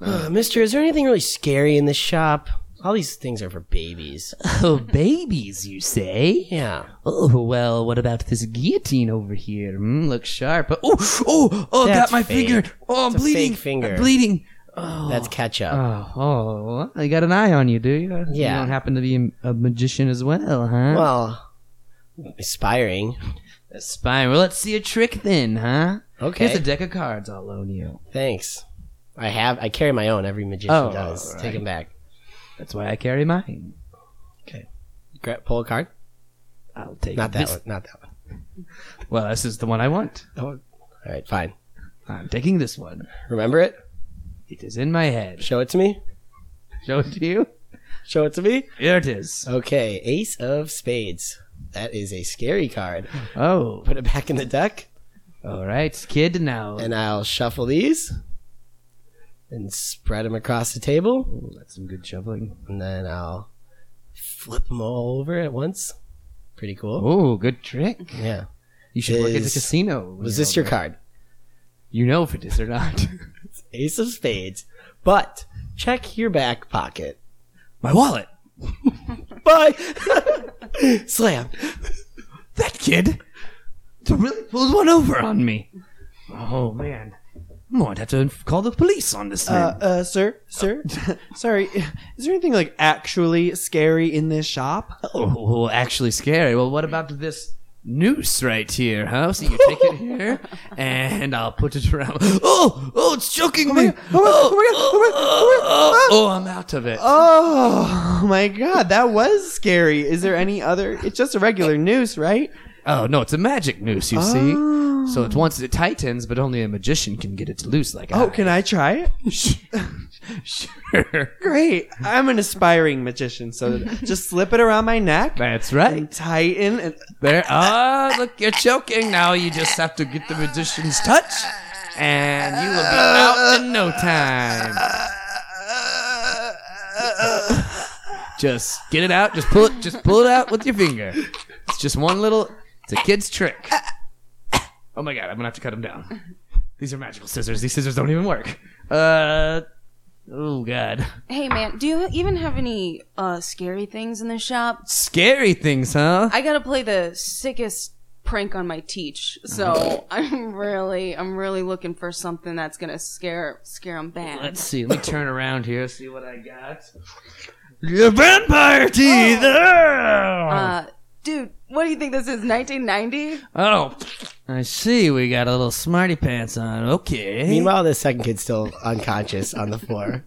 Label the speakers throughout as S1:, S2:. S1: Uh, mister, is there anything really scary in this shop? All these things are for babies.
S2: Oh, babies, you say?
S1: Yeah.
S2: Oh, well, what about this guillotine over here? Mm, looks sharp. Oh, oh, oh,
S1: That's
S2: got my
S1: fake.
S2: finger. Oh, I'm
S1: It's a fake
S2: bleeding.
S1: finger.
S2: I'm bleeding. Oh.
S1: That's ketchup.
S2: Oh, oh, well, you got an eye on you, do you?
S1: Yeah.
S2: You don't happen to be a- a magician as well, huh?
S1: well, aspiring.
S2: That's fine. Well, let's see a trick then, huh?
S1: Okay.
S2: Here's a deck of cards I'll loan you.
S1: Thanks. I have. I carry my own. Every magician
S2: Oh,
S1: does.
S2: all
S1: Take them back.
S2: That's why I carry mine.
S1: Gra- pull a card.
S2: I'll take
S1: Not that
S2: this.
S1: one. Not that one.
S2: Well, this is the one I want.
S1: All right. Fine.
S2: I'm taking this one.
S1: Remember it.
S2: It is in my head.
S1: Show it to me.
S2: Show it to you.
S1: Show it to me.
S2: Here it is.
S1: Okay. Ace of Spades. That is a scary card.
S2: Oh,
S1: Put it back in the deck,
S2: all right, kid. Now
S1: and I'll shuffle these, and spread them across the table.
S2: Ooh, that's some good shuffling.
S1: and then I'll flip them all over at once. Pretty cool.
S2: Oh, good trick.
S1: Yeah.
S2: You should work at the
S1: Is-
S2: casino. when
S1: Was
S2: you're
S1: this your
S2: older.
S1: card?
S2: You know if it is or not.
S1: Ace of Spades. But check your back pocket.
S2: my wallet.
S1: Bye. Slam.
S2: That kid really pulled one over on me. Oh man, I'm going to have to inf- call the police on this thing.
S3: Uh, uh, sir, sir, sorry. Is there anything like actually scary in this shop?
S2: oh, well, actually, scary. Well, what about this? Noose right here, huh? So you take it here, and I'll put it around. Oh, oh, it's choking me!
S3: oh my- oh my God, oh my- oh my-
S2: oh, oh, oh, I'm out of it.
S3: Oh my god, that was scary. Is there any other? It's just a regular noose, right?
S2: Oh no, it's a magic noose, you see. So it's once it tightens, but only a magician can get it to loose like
S3: Oh, can I try it?
S2: sure.
S3: Great. I'm an aspiring magician, so just slip it around my neck
S2: That's right.
S3: and tighten and
S2: There. Ah, look, you're choking now. You just have to get the magician's touch, and you will be out in no time. Just get it out. Just pull it. Just pull it out with your finger. It's just one little. It's a kid's trick. Oh my god, I'm gonna have to cut him down. These are magical scissors. These scissors don't even work. Uh. Oh god.
S4: Hey man, do you even have any uh scary things in the shop?
S2: Scary things, huh?
S4: I gotta play the sickest prank on my teach,
S2: Mm-hmm.
S4: so I'm really, I'm really looking for something that's gonna scare, scare them bad.
S2: Let's see. Let me turn around here. See what I got. Your vampire teeth. Oh.
S4: Uh, dude, what do you think this is? 1990?
S2: Uh, oh, I see. We got a little smarty pants on. Okay.
S1: Meanwhile, the second kid's still unconscious on the floor.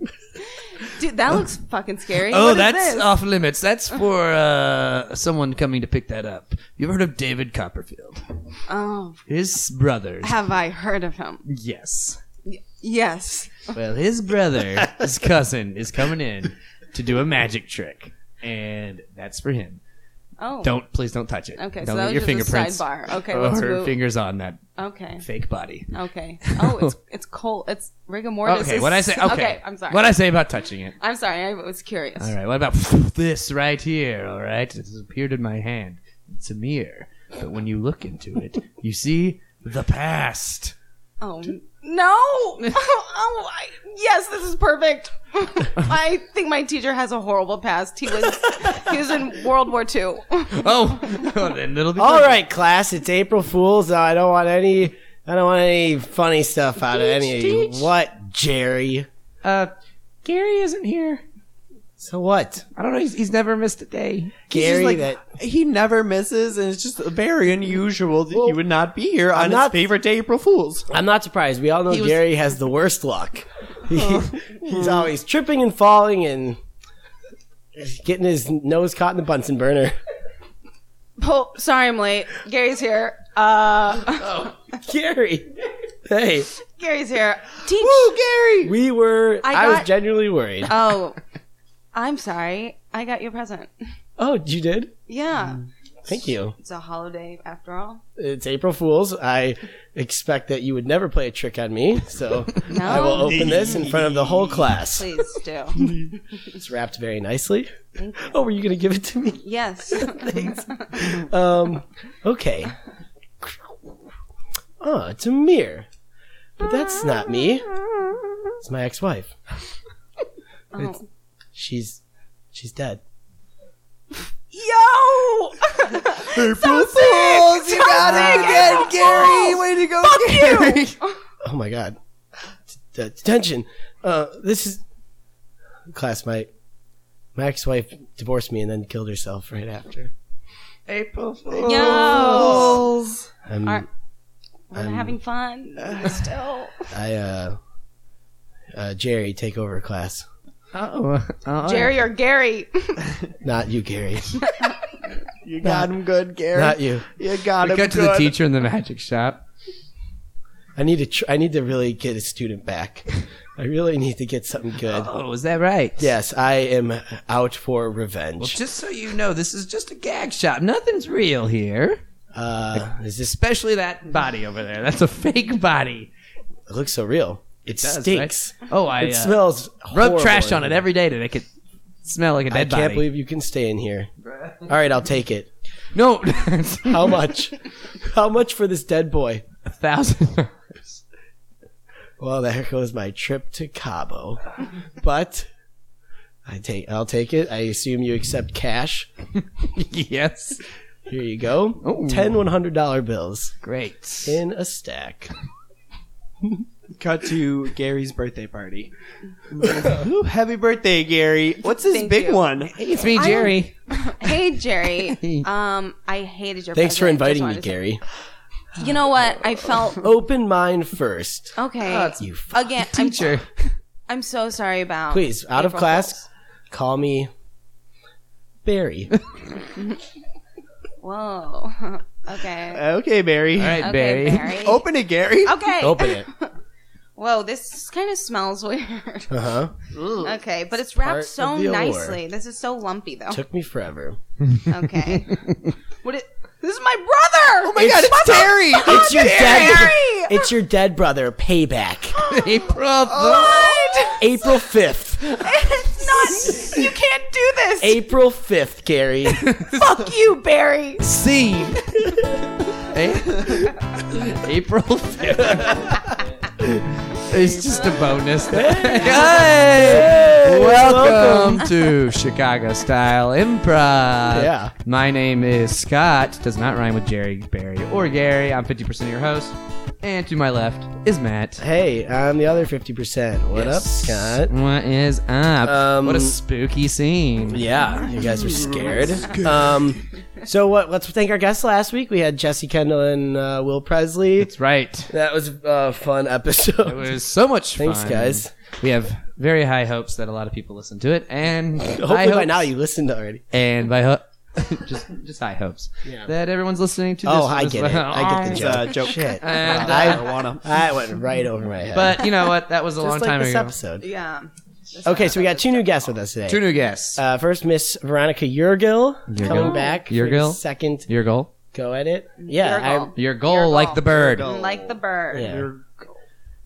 S4: Dude, that looks fucking scary.
S2: Uh, oh,
S4: What is
S2: that's
S4: this?
S2: off limits. That's for uh, someone coming to pick that up. You ever heard of David Copperfield?
S4: oh,
S2: His brothers.
S4: have I heard of him?
S2: yes.
S4: Yes.
S2: Well, his brother, his cousin, is coming in to do a magic trick, and that's for him.
S4: Oh,
S2: Don't please don't touch it.
S4: Okay,
S2: don't
S4: so that
S2: let
S4: was
S2: your
S4: just
S2: fingerprints
S4: a sidebar. Okay,
S2: or
S4: let's
S2: Oh, her
S4: move.
S2: fingers on that
S4: okay,
S2: fake body.
S4: okay. Oh, it's it's cold. It's rigor mortis.
S2: Okay,
S4: is-
S2: what I say? Okay,
S4: I'm sorry.
S2: What I say about touching it?
S4: I'm sorry. I was curious.
S2: All right. What about this right here? All right, this has appeared in my hand. It's a mirror, but when you look into it, you see the past.
S4: Oh no! oh, I, yes, this is perfect. I think my teacher has a horrible past. He was he was in World War II.
S2: Oh, then it'll be
S1: all right, class. It's April Fools. I don't want any. I don't want any funny stuff out of any of you. What, Jerry?
S2: Uh, Gary isn't here.
S1: So what,
S2: I don't know. He's, he's never missed a day.
S1: Gary?
S3: like-
S1: that
S3: he never misses, and it's just very unusual that he would not be here on
S1: not-
S3: his favorite day, April Fools.
S1: I'm not surprised. We all know
S2: was-
S1: Gary has the worst luck. He- he's always tripping and falling and getting his nose caught in the Bunsen burner.
S4: Oh, sorry, I'm late. Gary's here. Uh,
S1: Gary, hey,
S4: Gary's here. Teach.
S3: Gary!
S1: we were. I,
S4: I
S1: was
S4: got-
S1: genuinely worried.
S4: Oh, I'm sorry. I got your present.
S1: oh, you did?
S4: Yeah,
S1: Mm. Thank you.
S4: it's a holiday after all.
S1: It's April Fools. I expect that you would never play a trick on me, so
S4: No,
S1: I will open this in front of the whole class.
S4: please do.
S1: It's wrapped very nicely. Oh, were you going to give it to me?
S4: Yes.
S1: Um, okay. Oh, it's a mirror. Ah, But that's not me. It's my ex-wife.
S4: Oh.
S1: She's she's dead.
S4: Yo! so sick!
S3: You
S4: So
S3: got
S4: sick!
S3: him again,
S4: April
S3: Gary.
S4: Fools!
S3: Way to go,
S4: Fuck you!
S3: Gary.
S1: Oh my god. D- detention. Uh, this is classmate. My ex-wife divorced me and then killed herself right after.
S3: April
S4: Yo!
S3: Fools.
S1: I'm,
S4: Alright. We're
S1: I'm-
S4: having fun still.
S1: I uh, uh, Jerry, take over class.
S2: Oh,
S4: Jerry or Gary?
S1: Not you, Gary.
S3: You got him good, Gary.
S1: Not you.
S3: you got
S2: We
S3: him
S2: cut
S3: good.
S2: to the teacher in the magic shop.
S1: I need to. Tr- I need to really get a student back. I really need to get something good.
S2: Oh, is that right?
S1: Yes, I am out for
S2: Well,
S1: revenge.
S2: just so you know, this is just a gag shop. Nothing's real here.
S1: Uh, is this
S2: Especially that body over there. That's a fake body.
S1: it looks so real? It,
S2: does,
S1: stinks.
S2: Oh, I
S1: It
S2: uh,
S1: smells.
S2: rub
S1: horrible
S2: trash on
S1: in
S2: it
S1: here.
S2: every day to make it smell like a
S1: I
S2: dead
S1: can't
S2: body.
S1: believe you can stay in here. All right, I'll take it.
S2: no,
S1: How much? How much for this dead boy?
S2: a thousand.
S1: Well, there goes my trip to Cabo. But I take. I'll take it. I assume you accept cash.
S2: yes,
S1: Here you go.
S2: Ooh.
S1: Ten one hundred dollar bills
S2: great.
S1: in a stack.
S3: Cut to Gary's birthday party. Ooh, happy birthday, Gary. What's this
S4: Thank
S3: big
S4: you.
S3: one?
S2: Hey, it's me,
S4: I
S2: Jerry.
S4: hey, Jerry. Um, I hated your
S1: Thanks for
S4: present. Just
S1: inviting
S4: wanted
S1: me,
S4: to say-
S1: Gary.
S4: You know what? I felt
S1: Open mine first.
S4: okay.
S1: You f-
S4: Again, I'm,
S2: Teacher.
S4: I'm so sorry about.
S1: please out of
S4: April
S1: class. Call me Barry.
S4: Fools. Whoa. okay.
S3: Okay, Barry.
S2: All right,
S4: Okay,
S2: Barry.
S4: Barry.
S3: Open it, Gary.
S4: Okay.
S1: Open it.
S4: Whoa, this kind of smells weird.
S1: Uh huh.
S3: Oh
S4: okay, but it's
S1: part
S4: wrapped
S1: of
S4: so
S1: the allure.
S4: nicely. This is so lumpy, though.
S1: Took me forever.
S4: Okay. what it? This is my brother. Oh
S3: Oh my God, it's Terry.
S1: It's your dead.
S4: Gary.
S1: It's your dead brother. Payback.
S2: April.
S3: Oh.
S4: What?
S1: April fifth.
S4: It's not. You can't do this.
S1: April fifth, Gary.
S4: Fuck you, Barry.
S2: scene. April 5th. it's just a bonus. Hey! Welcome to Chicago Style Improv.
S1: Yeah.
S2: My name is Scott. Does not rhyme with Jerry, Barry, or Gary. I'm 50% your host. And to my left is Matt.
S1: Hey, I'm the other fifty percent. What up, Scott?
S2: What is up?
S1: Um,
S2: what a spooky scene.
S1: Yeah, you guys are scared. Um, so what? Let's thank our guests last week. We had Jesse Kendall and uh, Will Presley.
S2: That's right.
S1: That was a fun episode.
S2: It was so much
S1: Thanks,
S2: fun.
S1: guys.
S2: We have very high hopes that a lot of people listen to it, and high
S1: Hopefully by
S2: hopes-
S1: now you listened already.
S2: and by ho- just just high hopes that everyone's listening to this.
S1: Oh,
S2: one
S1: I
S2: as
S1: get it.
S2: well.
S1: I get the
S3: It's
S1: joke.
S3: a joke.
S1: Shit.
S2: And,
S1: I-
S2: uh,
S3: Marijuana.
S1: That went right over my head.
S2: but you know what? That was a
S1: Just
S2: long
S1: like
S2: time
S1: this
S2: ago.
S1: episode.
S4: Yeah.
S1: Okay, so we got two new guests with us today.
S2: Two new guests.
S1: Uh, first, Miss Veronica Yergil
S2: Yergil.
S1: coming back. for the
S2: Yergil.
S1: second
S2: your goal.
S1: go at it. Yeah.
S4: Yergil.
S2: Your goal,
S4: Your
S2: like
S4: goal.
S2: the bird.
S3: Your goal.
S4: Like the
S1: I,
S4: bird.
S1: yeah.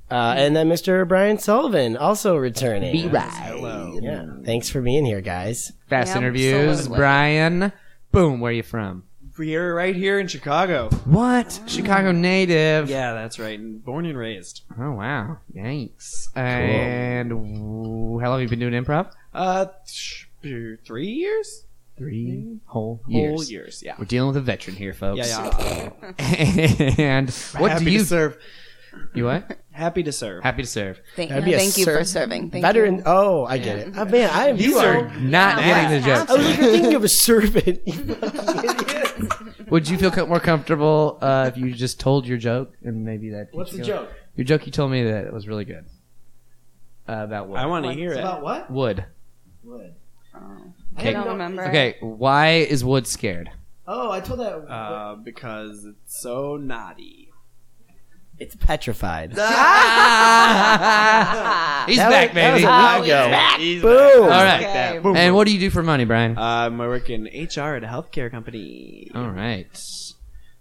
S1: Uh, and then Mr. Brian Sullivan also returning.
S2: right.
S1: Yeah. Thanks for being here, guys.
S2: Fast
S4: Yeah,
S2: interviews.
S4: absolutely.
S2: Brian. Boom. Where are you from?
S3: We're right here in Chicago.
S2: What? Chicago native.
S3: Yeah, that's right. Born and raised.
S2: Oh wow. Thanks. And w- how long have you been doing improv?
S3: Uh, sh- three years?
S2: Three whole
S3: Whole years, yeah.
S2: We're dealing with a veteran here, folks.
S3: Yeah, yeah.
S2: and what
S3: Happy
S2: do you
S3: to serve.
S2: You what?
S3: Happy to serve.
S2: Happy to serve.
S4: Thank,
S1: That'd be a
S4: thank you
S1: ser-
S4: for serving. Thank
S1: Veteran.
S4: You.
S1: Oh, I get it. Oh, man, I am.
S3: You
S1: so-
S3: are-
S2: Not
S4: Yeah.
S2: getting the joke.
S1: I was like, you're thinking of a servant. You
S2: Would you feel co- more comfortable uh, if you just told your joke and maybe that? What's the joke? Your joke you told me that it was really good. Uh, about wood.
S3: I want to hear it.
S1: what?
S2: wood.
S4: I don't remember.
S2: Okay. Why is wood scared?
S1: Oh, I told that.
S3: Uh, because it's so naughty.
S1: it's petrified.
S4: Ah!
S2: He's
S1: Uh, That
S2: back,
S1: was- that was
S2: baby.
S1: a while ago.
S4: Oh, he's back.
S3: He's
S1: Boom.
S3: back.
S2: All right.
S4: Okay.
S3: Boom,
S2: And
S3: boom.
S2: what do you do for money, Brian?
S1: Uh,
S3: Um, I work in HR at a healthcare company.
S2: All right.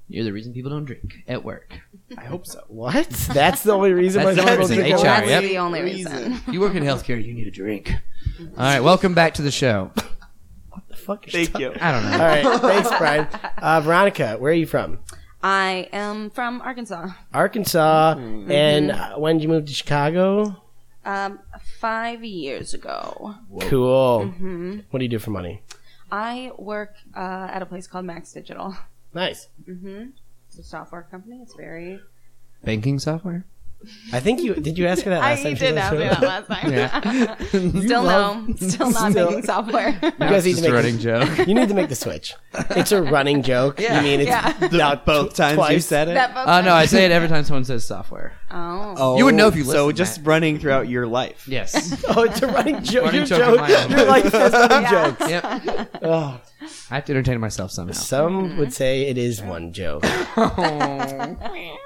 S2: You're the reason people don't drink at work.
S3: I hope so.
S1: What? That's the only reason
S2: That's
S1: my
S2: the only
S1: people
S2: reason.
S1: think I
S2: HR,
S1: like
S4: That's
S2: yep.
S4: the only
S3: Reason.
S4: reason.
S2: You work in healthcare. You need a drink. All right. Welcome back to the show.
S1: the fuck. is
S3: Thank you.
S2: I don't know.
S1: All right. Thanks, Brian. Uh, Veronica, where are you from?
S4: I am from Arkansas.
S1: Arkansas. And uh, when did you move to Chicago?
S4: Um, five years ago,
S2: Oh.
S4: Mm-hmm.
S1: Cool. What do you do for money?
S4: I work uh, at a place called Max Digital. Mm-hmm.
S1: Nice.
S4: It's a software company. It's very.
S2: Banking software?
S1: I think you did. You ask her that
S4: I
S1: last time.
S4: you
S1: she
S4: did
S1: was
S4: ask
S1: on
S4: me
S1: the
S4: that
S1: show?
S4: last time.
S2: Yeah.
S4: Still no. Still not
S1: Still-
S4: making software.
S1: You guys need
S2: Just
S1: to
S2: a
S1: make
S2: running
S1: the,
S2: joke.
S1: You need to make the switch. It's a running joke. Yeah. You mean it's
S4: Yeah.
S1: not
S3: Both Oh, times you
S1: twice.
S3: said it.
S4: That both
S2: Uh, no, I
S4: times.
S2: say it every time someone says software.
S4: Oh.
S3: Oh,
S2: You would know if you
S3: So
S2: listened,
S3: just
S2: Matt.
S3: running throughout your life.
S2: Yes.
S1: Oh, it's a running joke.
S2: Running
S1: Your
S2: joke of my own.
S1: You're like this running
S4: Yeah.
S1: joke.
S2: yep. I
S1: Oh,
S2: have to entertain myself somehow.
S1: some would say it is one joke.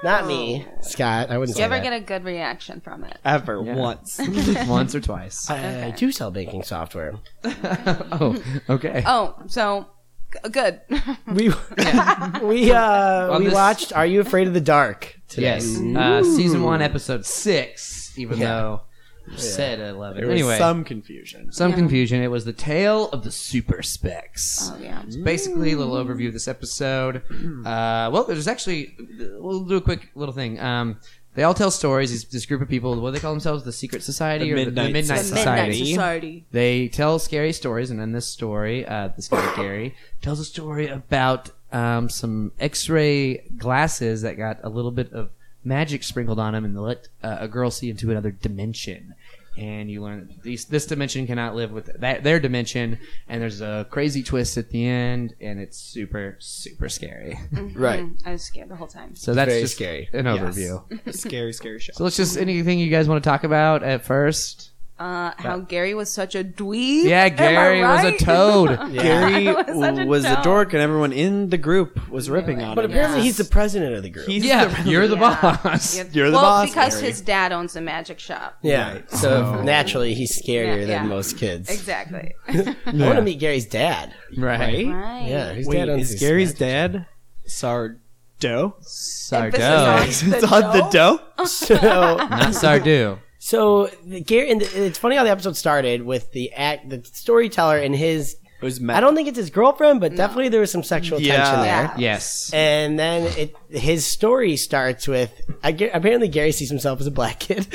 S1: Not me, Scott. I wouldn't
S4: Do
S1: say
S4: you ever
S1: that.
S4: get a good reaction from it?
S3: Ever once.
S2: Once or twice.
S1: I Uh, do sell banking software.
S2: oh, okay.
S4: Oh, so g- good.
S1: We we uh,
S2: On
S1: we
S2: this-
S1: watched Are You Afraid of the Dark today. Mm-hmm.
S2: Yes. Uh, season one, episode six, even
S1: Yeah.
S2: though you said 11.
S3: There was
S2: anyway, some,
S3: some confusion.
S2: confusion. It was the tale of the super specs.
S4: Oh, yeah.
S2: It's basically a little overview of this episode. Uh, well, there's actually, we'll do a quick little thing. Um, they all tell stories. These, this group of people, what do they call themselves? The Secret Society
S3: The
S2: or the,
S3: Midnight
S2: the Midnight
S3: The
S2: Society.
S4: Midnight Society.
S2: They tell scary stories, and in this story, uh, this guy Gary tells a story about um, some X-ray glasses that got a little bit of magic sprinkled on them, and they let uh, a girl see into another dimension. And you learn that these, this dimension cannot live with that, their dimension, and there's a crazy twist at the end, and it's super, super scary.
S1: Right.
S4: Mm-hmm. I was scared the whole time.
S2: So that's
S1: Very
S2: just
S1: scary.
S2: an
S3: Yes.
S2: overview.
S3: scary, scary show.
S2: So let's just anything you guys want to talk about at first.
S4: Uh, how Gary was such a dweeb.
S2: Yeah,
S4: Am I
S2: Gary was a
S4: right?
S2: toad.
S3: Gary
S4: was such a
S3: was a
S4: dope.
S3: dork, and everyone in the group was ripping on
S1: But
S3: him.
S1: apparently
S4: Yeah.
S1: he's the president of the group.
S3: He's
S2: yeah, you're the
S4: Yeah.
S2: boss.
S3: You're the
S4: well,
S3: boss,
S4: because
S3: Gary.
S4: his dad owns a magic shop.
S1: yeah.
S3: Right. Oh.
S1: So naturally he's scarier
S4: Yeah,
S1: than
S4: yeah.
S1: most kids.
S4: Exactly.
S1: I want to meet Gary's dad.
S2: Right.
S4: right.
S1: Yeah, his
S3: Wait,
S1: dad owns
S3: is
S1: this
S3: Gary's
S1: magic
S3: dad Sardo?
S2: Sardo.
S4: Emphasis
S3: It's on the dough?
S1: So
S2: Not Sardo.
S1: so the Gary and the, it's funny how the episode started with the act the storyteller and his
S3: It was
S1: I
S3: Matt.
S1: don't think it's his girlfriend, but definitely there was some sexual
S3: Yeah.
S1: tension there.
S4: Yeah.
S2: Yes.
S1: And then it, his story starts with I gue- apparently Gary sees himself as a black kid.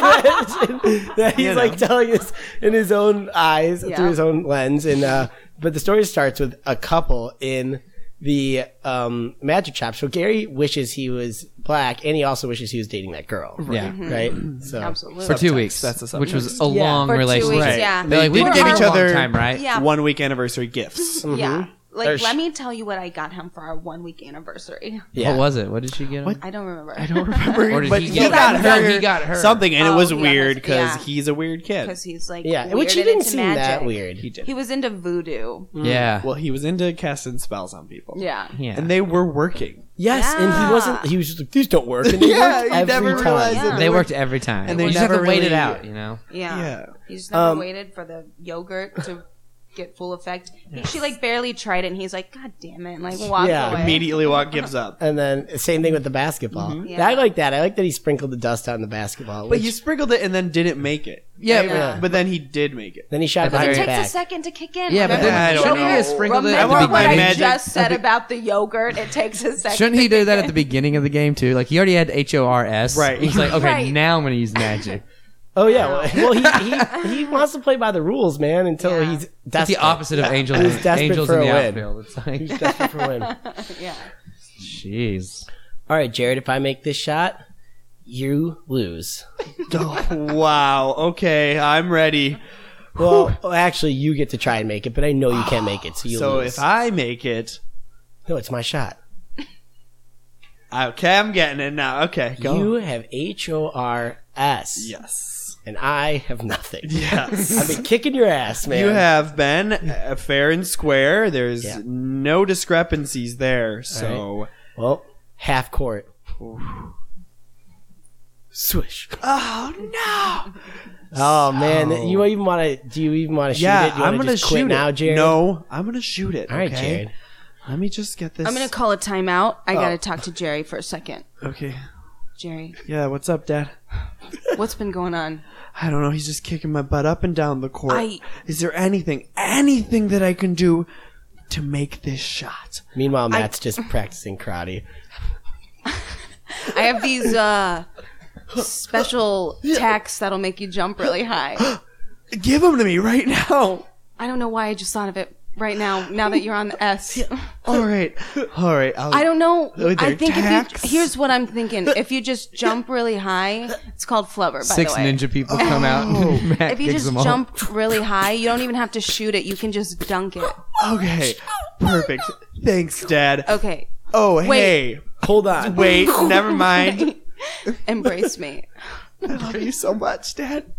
S1: that he's
S3: You know.
S1: like telling this in his own eyes
S4: Yeah.
S1: through his own lens, and uh, but the story starts with a couple in the um, magic shop. So Gary wishes he was black, and he also wishes he was dating that girl.
S2: Yeah.
S1: Right. So
S4: Mm-hmm. Absolutely.
S2: For two weeks.
S3: That's the
S2: which was a
S3: subtext.
S1: Yeah.
S2: long
S4: For two
S2: relationship.
S4: weeks, yeah.
S2: They're like,
S4: They
S2: we didn't
S4: did give
S2: give
S4: each
S2: each other
S3: other-
S2: time, right?
S4: Yeah.
S3: One week anniversary gifts.
S4: Yeah. Like,
S1: There's-
S4: let me tell you what I got him for our one week anniversary.
S1: yeah.
S2: What was it? What did she get? him?
S4: I don't remember.
S3: I don't remember.
S2: Or did
S3: but
S2: he
S3: he,
S2: get-
S3: got
S2: No,
S3: her.
S2: he got her.
S3: Something, and
S4: Oh,
S3: it was
S4: he got
S3: weird
S4: her-
S3: because
S4: yeah.
S3: he's a weird kid.
S4: Because he's like,
S1: Yeah, which he
S4: weirded
S1: didn't
S4: into
S1: seem that
S4: magic.
S1: weird.
S3: He did.
S4: He was into voodoo.
S2: Yeah.
S3: well, he was into casting spells on people.
S4: Yeah.
S2: yeah.
S3: And they were working.
S1: Yes, and he
S4: Yeah.
S1: wasn't. He was just like, "These don't work." And they
S3: Yeah,
S1: worked
S3: he
S1: every
S3: never
S1: time.
S3: realized it.
S4: Yeah.
S2: They worked every time.
S3: And they
S2: you just have to
S3: never
S2: wait it
S3: really-
S2: out, you know?
S4: Yeah.
S3: Yeah.
S4: He just never
S1: Um,
S4: waited for the yogurt to get full effect. He- She like barely tried it, and he's like, "God damn it!" And, like walked
S1: Yeah,
S4: away.
S3: Immediately, Walk gives up.
S1: And then same thing with the basketball.
S4: Yeah.
S1: I like that. I like that he sprinkled the dust on the basketball.
S3: Mm-hmm. But
S1: which-
S3: you sprinkled it and then didn't make it.
S2: Yeah,
S4: Yeah.
S3: But then he did make it.
S1: then he shot
S2: But
S1: behind
S4: It
S2: Very
S1: his
S4: takes
S1: back.
S4: a second to kick in.
S2: Yeah, but
S4: Remember-
S3: then- I don't
S2: shouldn't he
S3: know.
S2: have sprinkled it
S4: Remember
S2: at the
S4: what
S2: beginning?
S4: I
S3: magic-
S4: just said about the yogurt? It takes a second.
S2: Shouldn't
S4: to
S2: he do
S4: kick
S2: that
S4: in.
S2: at the beginning of the game too? Like he already had H O R S.
S3: Right.
S2: He's like, okay,
S4: Right.
S2: now I'm gonna use magic.
S1: Oh yeah. Well, well, he, he he wants to play by the rules, man. Until
S4: Yeah.
S1: he's
S2: That's
S1: desperate.
S2: the opposite of angels.
S1: He's desperate
S2: angels
S1: for
S2: in the
S1: a win.
S2: outfield. It's
S1: He's
S2: like,
S1: desperate for win. All
S4: Yeah.
S2: jeez.
S1: right, Jared. If I make this shot, you lose.
S3: Oh, wow. Okay, I'm ready.
S1: Well, well, actually, you get to try and make it, but I know you can't make it, so you
S3: so
S1: lose.
S3: if I make it,
S1: no, it's my shot.
S3: okay, I'm getting it now. Okay, go.
S1: You have H O R S,
S3: yes.
S1: and I have nothing.
S3: Yes.
S1: I've been kicking your ass, man.
S3: You have been uh, fair and square. There's
S1: Yeah.
S3: no discrepancies there. So
S1: Well, half court. Swish.
S3: Oh no!
S1: Oh man, you even want to? Do you even want to shoot it?
S3: Yeah,
S1: Do you wanna
S3: I'm gonna
S1: just quit
S3: shoot
S1: now,
S3: it.
S1: Jared.
S3: No, I'm gonna shoot it.
S1: All right,
S3: okay?
S1: Jared.
S3: Let me just get this.
S4: I'm gonna call a timeout. I gotta talk to Jerry for a second.
S3: Okay.
S4: Jerry,
S3: Yeah. What's up, Dad?
S4: what's been going on?
S3: I don't know. He's just kicking my butt up and down the court.
S4: I-
S3: Is there anything, anything that I can do to make this shot.
S1: Meanwhile, Matt's just practicing karate.
S4: I have these uh, special tacks that'll make you jump really high.
S3: Give them to me right now.
S4: I don't know why I just thought of it right now. Now that you're on the S,
S3: All right, all right. I'll,
S4: I don't know.
S3: Oh, they're
S4: I think
S3: tacks?
S4: if you, here's what I'm thinking: if you just jump really high, it's called flubber. By
S2: Six
S4: the way.
S2: ninja people come out. And Matt
S4: If you
S2: gives
S4: just
S2: them all.
S4: jump really high, you don't even have to shoot it. You can just dunk it.
S3: Okay, perfect. Thanks, Dad.
S4: Okay,
S3: Oh,
S4: Wait.
S3: hey.
S1: Hold on.
S3: Wait, never mind.
S4: embrace me.
S3: I love you so much, Dad.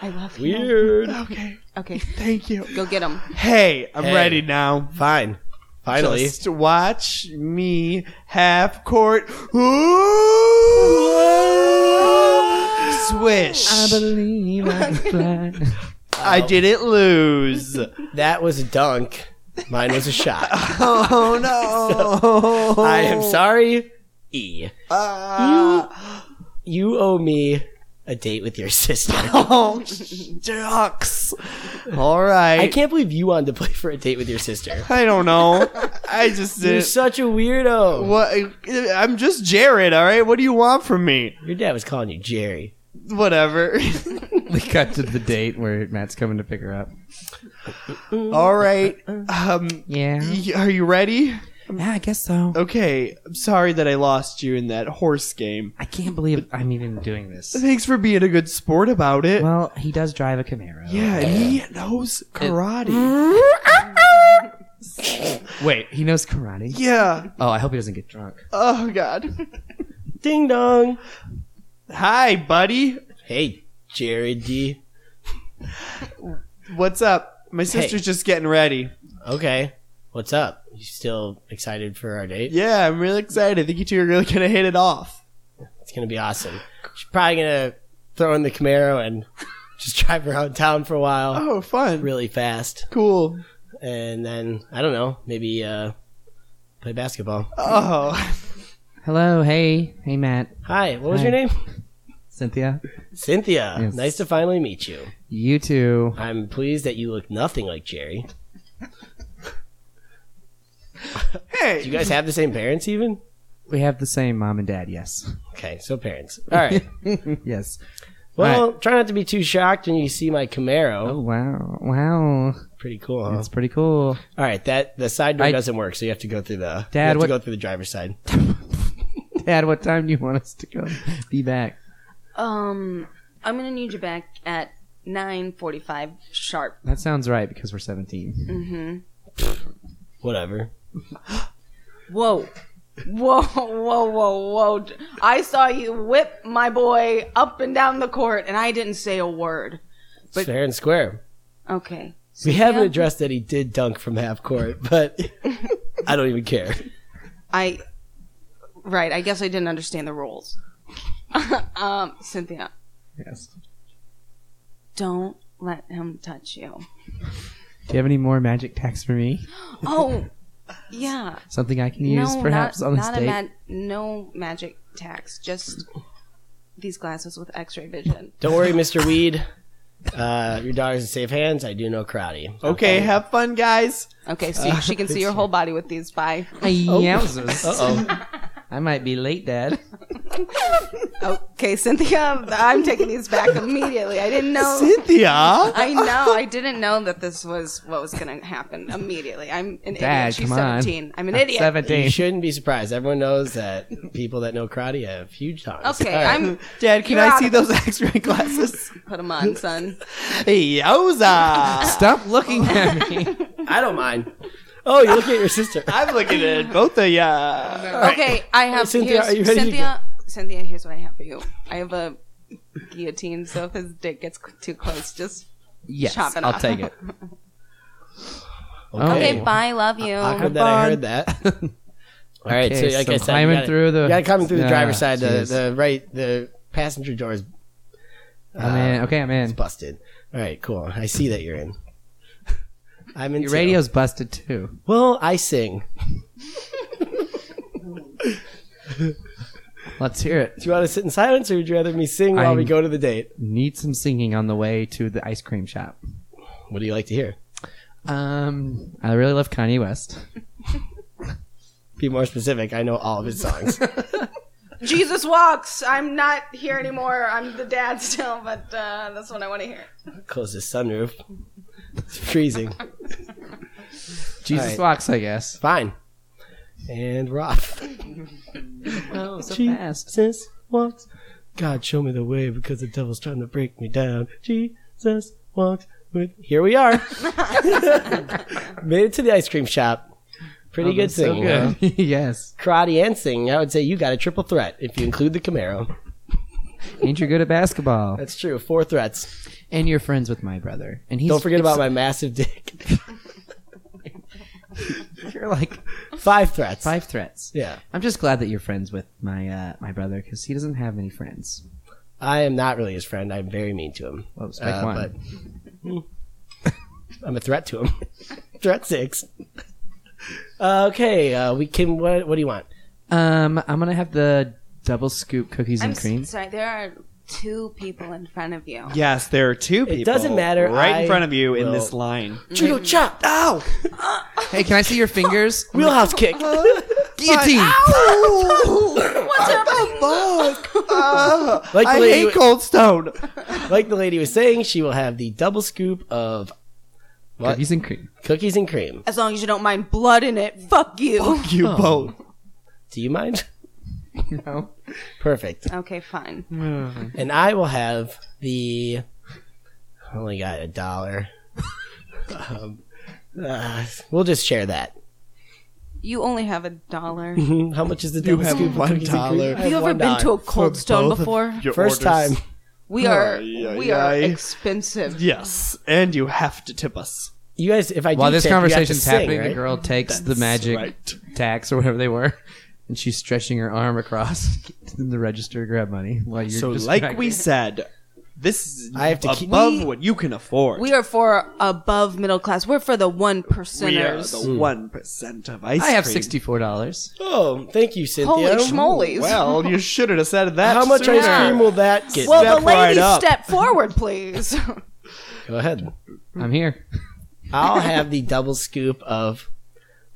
S4: I love you.
S1: Weird.
S3: Okay,
S4: Okay,
S3: thank you.
S4: go get him.
S3: Hey, I'm
S1: Hey.
S3: ready now.
S1: Fine. Finally.
S3: Just watch me half court. Ooh, swish. I
S2: believe I can fly.
S3: didn't lose.
S1: that was a dunk. Mine was a shot.
S3: Oh no!
S1: I am sorry. E. Uh, You owe me a date with your sister.
S3: Oh, shucks. All right.
S1: I can't believe you wanted to play for a date with your sister.
S3: I don't know. I just
S1: You're
S3: did.
S1: such a weirdo.
S3: What? I'm just Jared. All right. What do you want from me?
S1: Your dad was calling you Jerry.
S3: Whatever.
S2: we cut to the date where Matt's coming to pick her up.
S3: all right. Um.
S2: Yeah.
S3: y- Are you ready?
S2: Yeah, I guess so.
S3: Okay. I'm sorry that I lost you in that horse game.
S2: I can't believe I'm even doing this.
S3: Thanks for being a good sport about it.
S2: Well, he does drive a Camaro.
S3: yeah, and he knows
S1: Mm-hmm.
S3: karate.
S2: Wait, he knows karate.
S3: yeah.
S2: Oh, I hope he doesn't get drunk.
S3: Oh God.
S1: Ding dong.
S3: Hi, buddy.
S1: Hey, Jared D.
S3: What's up? My sister's just getting ready.
S1: Okay. What's up? You still excited for our date?
S3: Yeah, I'm really excited. I think you two are really gonna hit it off.
S1: It's gonna be awesome. She's probably gonna throw in the Camaro and just drive around town for a while,
S3: Oh, fun.
S1: really fast,
S3: Cool.
S1: and then I don't know, maybe uh, play basketball.
S3: Oh,
S2: Hello, hey, hey, Matt,
S1: Hi, what was
S2: Hi.
S1: your name?
S2: Cynthia.
S1: Cynthia.
S2: Yes.
S1: Nice to finally meet you.
S2: You two.
S1: I'm pleased that you look nothing like Jerry. Do you
S3: hey.
S1: guys have the same parents, even?
S2: We have the same mom and dad. Yes.
S1: Okay, so parents. All right.
S2: yes.
S1: Well, try not to be too shocked when you see my Camaro.
S2: Oh wow, wow,
S1: Pretty cool, huh?
S2: that's pretty cool.
S1: All right, that the side door
S2: I-
S1: doesn't work, so you have to go through the
S2: Dad,
S1: you have
S2: what-
S1: to go through the driver's side.
S2: Dad, what time do you want us to come? Be back.
S4: Um, I'm gonna need you back at 9:45 sharp.
S2: That sounds right because we're 17.
S1: Whatever.
S4: Whoa. Whoa, whoa, whoa, whoa. I saw you whip my boy up and down the court and I didn't say a word.
S1: It's fair and square.
S4: Okay.
S1: We haven't
S4: yeah.
S1: addressed that he did dunk from half court, but I don't even care.
S4: I Right, I guess I didn't understand the rules. um, Cynthia,
S2: Yes.
S4: don't let him touch you.
S2: Do you have any more magic tax for me?
S4: Oh. Yeah.
S2: Something I can use
S4: no,
S2: perhaps
S4: not,
S2: on this
S4: not a
S2: date?
S4: mag- no magic tax, just these glasses with x-ray vision.
S1: Don't worry, Mr. Weed. Uh, your daughter's in safe hands. I do know karate.
S3: Okay, have fun, guys.
S4: Okay, so she can see your whole body with these. Bye.
S2: Oh. Yowzers.
S1: Uh-oh.
S2: I might be late, Dad.
S4: Okay, Cynthia, I'm taking these back immediately. I didn't know.
S3: Cynthia.
S4: I know. I didn't know that this was what was going to happen immediately. I'm an
S2: Dad,
S4: idiot. She's
S2: come on.
S4: 17. I'm an idiot.
S2: 17.
S1: You shouldn't be surprised. Everyone knows that people that know karate have huge tongues.
S4: Okay,
S1: All right.
S4: I'm.
S3: Dad, can
S4: You're
S3: I
S4: out
S3: see
S4: of-
S3: those X-ray glasses?
S4: Put them on, son.
S3: Yoza.
S2: Stop looking at me.
S1: I don't mind. Oh, you're looking at your sister.
S3: I'm looking at both of ya.
S4: Okay, I have.
S1: Cynthia,
S4: here's-
S1: are you ready to
S4: Cynthia, Cynthia, here's what I have for you. I have a guillotine, so if his dick gets c- too close, just.
S2: Yes,
S4: Chop it
S2: I'll
S4: off.
S2: take it.
S4: Okay,
S2: Oh.
S4: bye. Love you.
S1: Awkward that I heard that. All right,
S2: Okay,
S1: so like
S2: so
S1: I said,
S2: climbing
S1: you gotta,
S2: through the-
S1: you gotta come through the
S2: Ah,
S1: driver's side. The,
S2: jeez.
S1: the right, the passenger door is
S2: I'm
S1: uh,
S2: in. Okay, I'm in.
S1: busted. All right, cool. I see that you're in. I'm in.
S2: Your
S1: too.
S2: radio's busted too.
S1: Well, I sing.
S2: Let's hear it.
S1: Do you want to sit in silence, or would you rather me sing while we
S2: I'm-
S1: go to the date?
S2: Need some singing on the way to the ice cream shop.
S1: What do you like to hear?
S2: Um, I really love Kanye West.
S1: Be more specific. I know all of his songs.
S4: Jesus walks. I'm not here anymore. I'm the dad still, but uh, that's what I want to hear.
S1: Close the sunroof. It's freezing.
S2: Jesus
S1: Alright.
S2: walks, I guess.
S1: Fine. And we're off.
S2: Oh, so fast.
S1: Jesus walks. God, show me the way because the devil's trying to break me down. Jesus walks. With... Here we are. Made it to the ice cream shop.
S2: Oh,
S1: Pretty good singing. huh?
S2: yes.
S1: Karate and singing. I would say you got a triple threat if you include the Camaro.
S2: Ain't you good at basketball?
S1: That's true. Four threats.
S2: And you're friends with my brother. And he's
S1: Don't forget about
S2: it's-
S1: my massive dick.
S2: You're like
S1: Five threats.
S2: five threats.
S1: Yeah.
S2: I'm just glad that you're friends with my uh, my brother because he doesn't have any friends.
S1: I am not really his friend. I'm very mean to him.
S2: Well, strike
S1: Uh,
S2: one.
S1: but- I'm a threat to him. threat six. Uh, okay, uh, we can. What, what do you want?
S2: Um, I'm gonna have the double scoop cookies
S4: I'm
S2: and cream.
S4: s- sorry. There are two people in front of you.
S3: Yes, there are two people.
S1: doesn't matter,
S3: Right
S1: I
S3: in front of you in
S1: will-
S3: this line.
S4: Mm.
S1: Judo chop. Ow!
S2: Hey, can I see your fingers?
S1: Wheelhouse kick.
S4: Uh-huh.
S2: Guillotine.
S4: What's happening?
S1: Like the,
S3: Ah, I
S1: lady,
S3: hate Cold Stone.
S1: like the lady was saying, she will have the double scoop of What?
S2: Cookies and cream.
S1: cookies and cream.
S4: As long as you don't mind blood in it, fuck you.
S3: You
S1: Oh.
S3: both.
S1: Do you mind?
S2: No.
S1: Perfect.
S4: Okay, fine.
S1: And I will have the. I only got a dollar. um, uh, we'll just share that.
S4: You only have a dollar. Have
S1: Mhm. How much is the
S3: You
S1: double
S3: have
S1: scoop of
S3: one
S1: cookies and cream?
S3: dollar.
S1: I
S4: you ever
S1: one
S4: been
S1: dollar.
S4: to a Cold Stone before?
S1: First time.
S4: We are
S3: Ay, ay,
S4: we are
S3: ay.
S4: expensive.
S3: Yes, and you have to tip us.
S1: You guys, if I do
S2: While this
S1: tip, you have to
S2: conversation's
S1: sing,
S2: happening,
S1: right?
S2: the girl takes the magic
S3: right.
S2: tax or whatever they were, and she's stretching her arm across the register to grab money. While you're
S3: So,
S2: distracted.
S3: like we said, this is
S1: I have to keep-
S3: above
S4: We-
S3: what you can afford.
S4: We are for above middle class. We're for the one
S3: We are
S4: percenters.
S3: the one percent of ice
S2: I have
S3: cream.
S2: sixty-four dollars.
S1: Oh, thank you, Cynthia.
S4: Holy schmolies.
S3: Well, you should have said that.
S1: How much
S3: sooner.
S1: ice cream will that get?
S4: Well,
S3: Step
S4: the ladies
S3: right up.
S4: step forward, please.
S1: Go ahead.
S2: I'm here.
S1: I'll have the double scoop of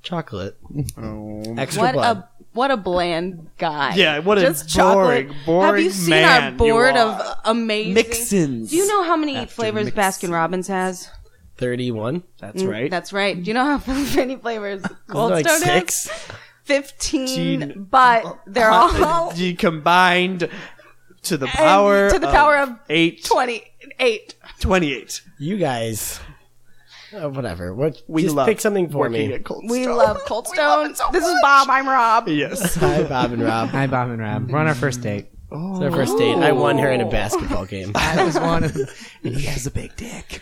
S1: chocolate.
S3: Oh.
S1: Extra
S4: what
S1: blood.
S4: a what a bland guy.
S3: Yeah, what a
S4: Just
S3: boring,
S4: chocolate.
S3: boring
S4: Have you seen
S3: man
S4: our board
S3: you
S4: of
S3: are.
S4: amazing
S3: Mixins.
S4: Do you know how many
S3: After
S4: flavors
S3: mix-
S4: Baskin Robbins has?
S1: 31.
S3: That's right.
S4: Mm, That's right. Do you know how many flavors
S1: Isn't
S4: Cold
S1: it like
S4: Stone has?
S1: six?
S4: Fifteen,
S3: Teen-
S4: but they're
S3: uh,
S4: all
S3: you combined to the power
S4: to the
S3: of
S4: power of
S3: eight
S4: twenty-eight.
S3: 28.
S1: You guys. Uh, whatever. What,
S3: We
S1: just
S3: love
S1: pick something for
S3: working
S1: me.
S3: at Cold
S4: We
S3: Stone.
S4: love Cold Stone. this is Bob. I'm Rob.
S3: Yes.
S1: Hi, Bob and Rob.
S2: Hi, Bob and Rob. We're on our first date.
S1: It's our first date. I won her in a basketball game.
S2: I was one, of- and he has a big dick.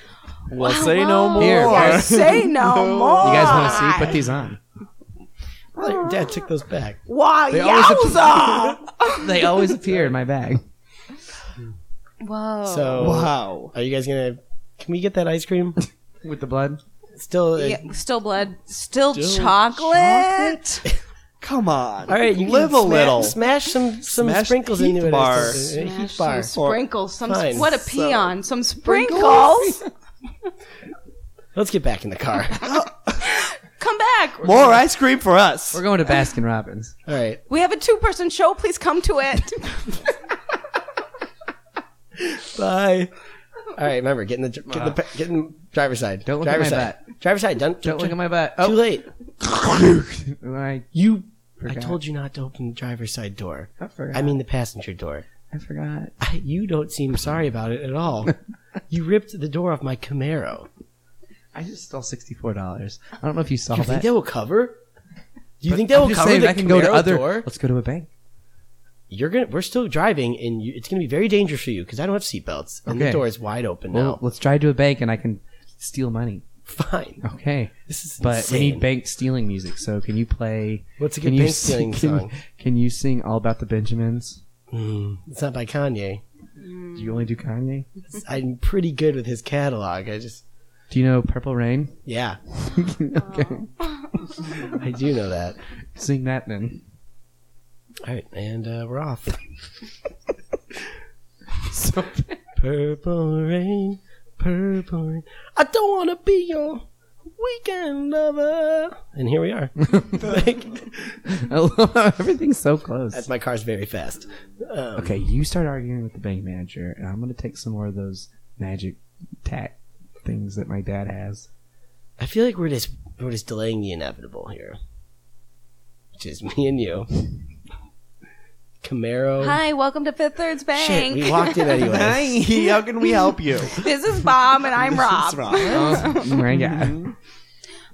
S3: Well, say no more.
S2: Here, guys.
S4: Say no, more.
S2: You guys want to see? Put these on.
S1: Dad, take those back.
S4: Why,
S2: always
S4: yowza!
S2: They always appear in my bag.
S4: Whoa.
S1: So,
S3: Wow.
S1: are you guys gonna? Can we get that ice cream?
S2: With the blood?
S1: Still, uh,
S4: Yeah, still blood. Still, chocolate.
S3: Come on.
S1: all right. You can
S3: live a
S1: sma-
S3: little.
S1: Smash some some
S3: Smash
S1: sprinkles
S3: the
S1: into
S3: Heath
S1: it.
S3: bar.
S1: Or something. Uh, Heath bar.
S4: Some sprinkles. Some
S1: Fine.
S4: what a peon. Some sprinkles.
S1: Let's get back in the car.
S4: Come back.
S3: More ice cream for us.
S2: We're going to Baskin Robbins.
S1: All right.
S4: We have a two-person show. Please come to it.
S1: Bye. All right. Remember, get in the get in the pa- get in driver's side.
S2: Don't look at
S1: driver's
S2: my
S1: side. Driver's side. Don't
S2: Don't look at my butt. Oh,
S1: Too late.
S2: I,
S1: You. I
S2: Forgot.
S1: told you not to open the driver's side door.
S2: I forgot.
S1: I mean the passenger door.
S2: I forgot.
S1: I, you don't seem sorry about it at all. you ripped the door off my Camaro.
S2: I just stole sixty-four dollars. I don't know if you saw
S1: Do you
S2: that.
S1: think they will cover? Do you think they will
S2: I'm just
S1: cover
S2: saying,
S1: the
S2: I can go to
S1: Camaro
S2: other.
S1: door?
S2: Let's go to a bank.
S1: You're gonna. We're still driving, and you, it's gonna be very dangerous for you because I don't have seatbelts, and the
S2: Okay.
S1: door is wide open
S2: Well,
S1: now.
S2: let's drive to a bank and I can steal money.
S1: Fine.
S2: Okay,
S1: This is
S2: but
S1: insane.
S2: we need bank stealing music. So can you play?
S1: What's a good
S2: Can you
S1: bank
S2: sing,
S1: stealing
S2: can,
S1: song?
S2: can you sing all about the Benjamins?
S1: Mm, it's not by Kanye.
S2: Do you only do Kanye?
S1: It's- I'm pretty good with his catalog. I just.
S2: Do you know Purple Rain?
S1: Yeah,
S2: okay,
S1: I do know that.
S2: sing that then.
S1: All right, and uh, we're off.
S2: So
S1: Purple rain, purple rain. I don't wanna be your weekend lover. And here we are. Like,
S2: Everything's so close.
S1: that's my car's very fast. Um,
S2: okay, you start arguing with the bank manager, and I'm going to take some more of those magic tack things that my dad has.
S1: I feel like we're just we're just delaying the inevitable here, which is me and you. Camaro.
S4: Hi, welcome to Fifth Thirds
S1: Shit,
S4: Bank.
S1: we walked in anyway.
S3: Hi, how can we help you?
S4: this is Bob and I'm Rob.
S3: It's wrong.
S2: Oh my god.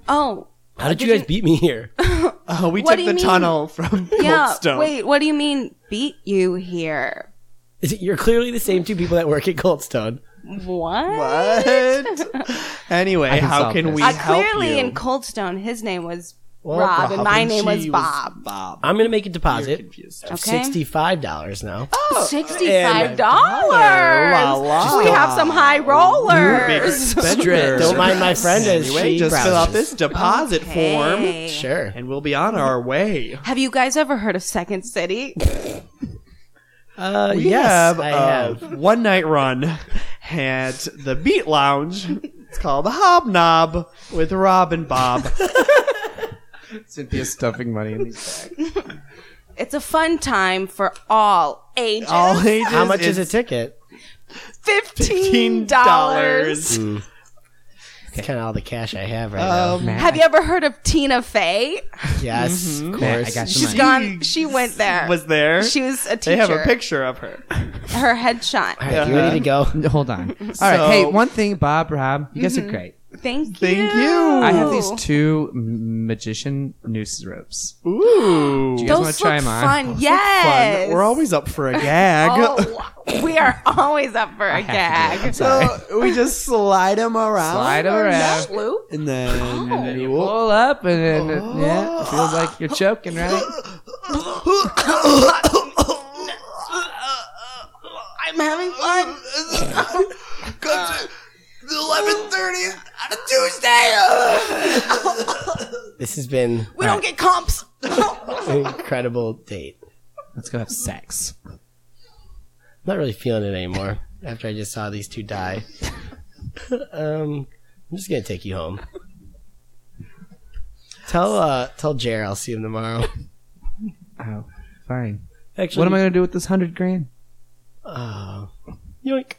S4: Oh,
S1: How did you guys beat me here?
S3: Oh, we
S4: What do
S3: took
S4: you
S3: the
S4: mean?
S3: tunnel from
S4: yeah.
S3: Goldstone.
S4: Wait, what do you mean beat you here?
S1: Is it- You're clearly the same two people that work at Goldstone.
S4: What?
S3: What? anyway,
S2: can
S3: how
S2: solve
S3: can
S2: this.
S3: we
S4: Uh,
S3: help
S4: clearly
S3: you?
S4: in Coldstone, his name was
S1: Well,
S4: Rob, and my
S3: And
S4: name was
S3: she
S4: Bob.
S3: Bob.
S1: I'm gonna make a
S3: You're
S1: deposit
S3: confused.
S1: of
S4: Okay.
S1: sixty-five dollars now.
S4: oh, Sixty-five dollars.
S3: La, la.
S4: We have some high rollers.
S3: Spender.
S1: Don't mind my friend as
S3: Anyway,
S1: she
S3: just fill out
S1: browses.
S3: this deposit form,
S4: Okay.
S1: Sure.
S3: and we'll be on our way.
S4: Have you guys ever heard of Second City?
S1: Uh,
S3: We
S1: yes,
S3: have
S1: I
S3: a
S1: have.
S3: one night run at the Beat Lounge. It's called Hobnob with Rob and Bob.
S2: Cynthia's stuffing money in these bags.
S4: It's a fun time for all ages.
S3: All ages.
S1: How much is a
S3: it's
S1: ticket?
S4: Fifteen
S3: $15.
S4: dollars.
S1: It's kind of all the cash I have right now.
S3: Um,
S4: Have you ever heard of Tina Fey?
S1: Yes, of course.
S2: I got
S4: She's
S2: some money.
S4: gone. She went there.
S3: was there?
S4: she was a teacher.
S3: they have a picture of her.
S4: Her headshot.
S1: All right, you ready to go?
S2: Hold on. All right. Hey, one thing, Bob, Rob, you guys are great.
S4: Thank you.
S3: Thank you.
S2: I have these two m- magician noose ropes.
S3: Oh, Ooh.
S2: Do you guys want
S4: Those
S2: to try
S4: look
S2: them on?
S4: fun. Yes.
S3: Fun. We're always up for a gag.
S4: Oh, we are always up for a
S2: have to do it.
S4: gag.
S3: So we just slide them around.
S2: Slide 'em around.
S4: Sloop?
S3: And then,
S2: And then you pull up, and then it- yeah, it feels like you're choking, right?
S4: I'm having fun.
S1: This has been
S4: We don't get comps.
S1: an incredible date.
S2: Let's go have sex.
S1: I'm not really feeling it anymore after I just saw these two die. um, I'm just gonna take you home. Tell uh, tell Jer I'll see him tomorrow.
S2: Oh, fine.
S1: Actually,
S2: What am I gonna do with this hundred grand?
S1: Oh, yoink.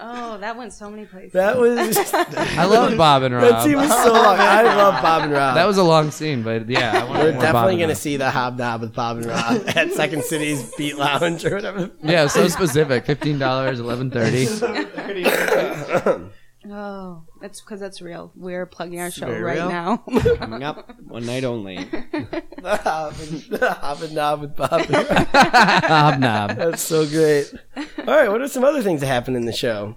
S4: Oh, that went so many places.
S1: That was
S2: I love Bob and Rob.
S1: that scene was so long. I love Bob and Rob.
S2: Um, That was a long scene, but yeah, I wanted
S1: We're
S2: more Bob
S1: definitely
S2: and
S1: gonna
S2: Rob.
S1: see the hobnob with Bob and Rob at Second City's Beat Lounge or whatever.
S2: Yeah, so specific. Fifteen dollars, eleven thirty.
S4: Oh, that's because that's real. We're plugging our show
S3: very
S4: right
S3: real.
S4: now. Oh,
S3: Coming up one night only.
S1: The hob and- the hobnob with Bob and Rob.
S2: Hobnob.
S1: That's so great. All right, what are some other things that happened in the show?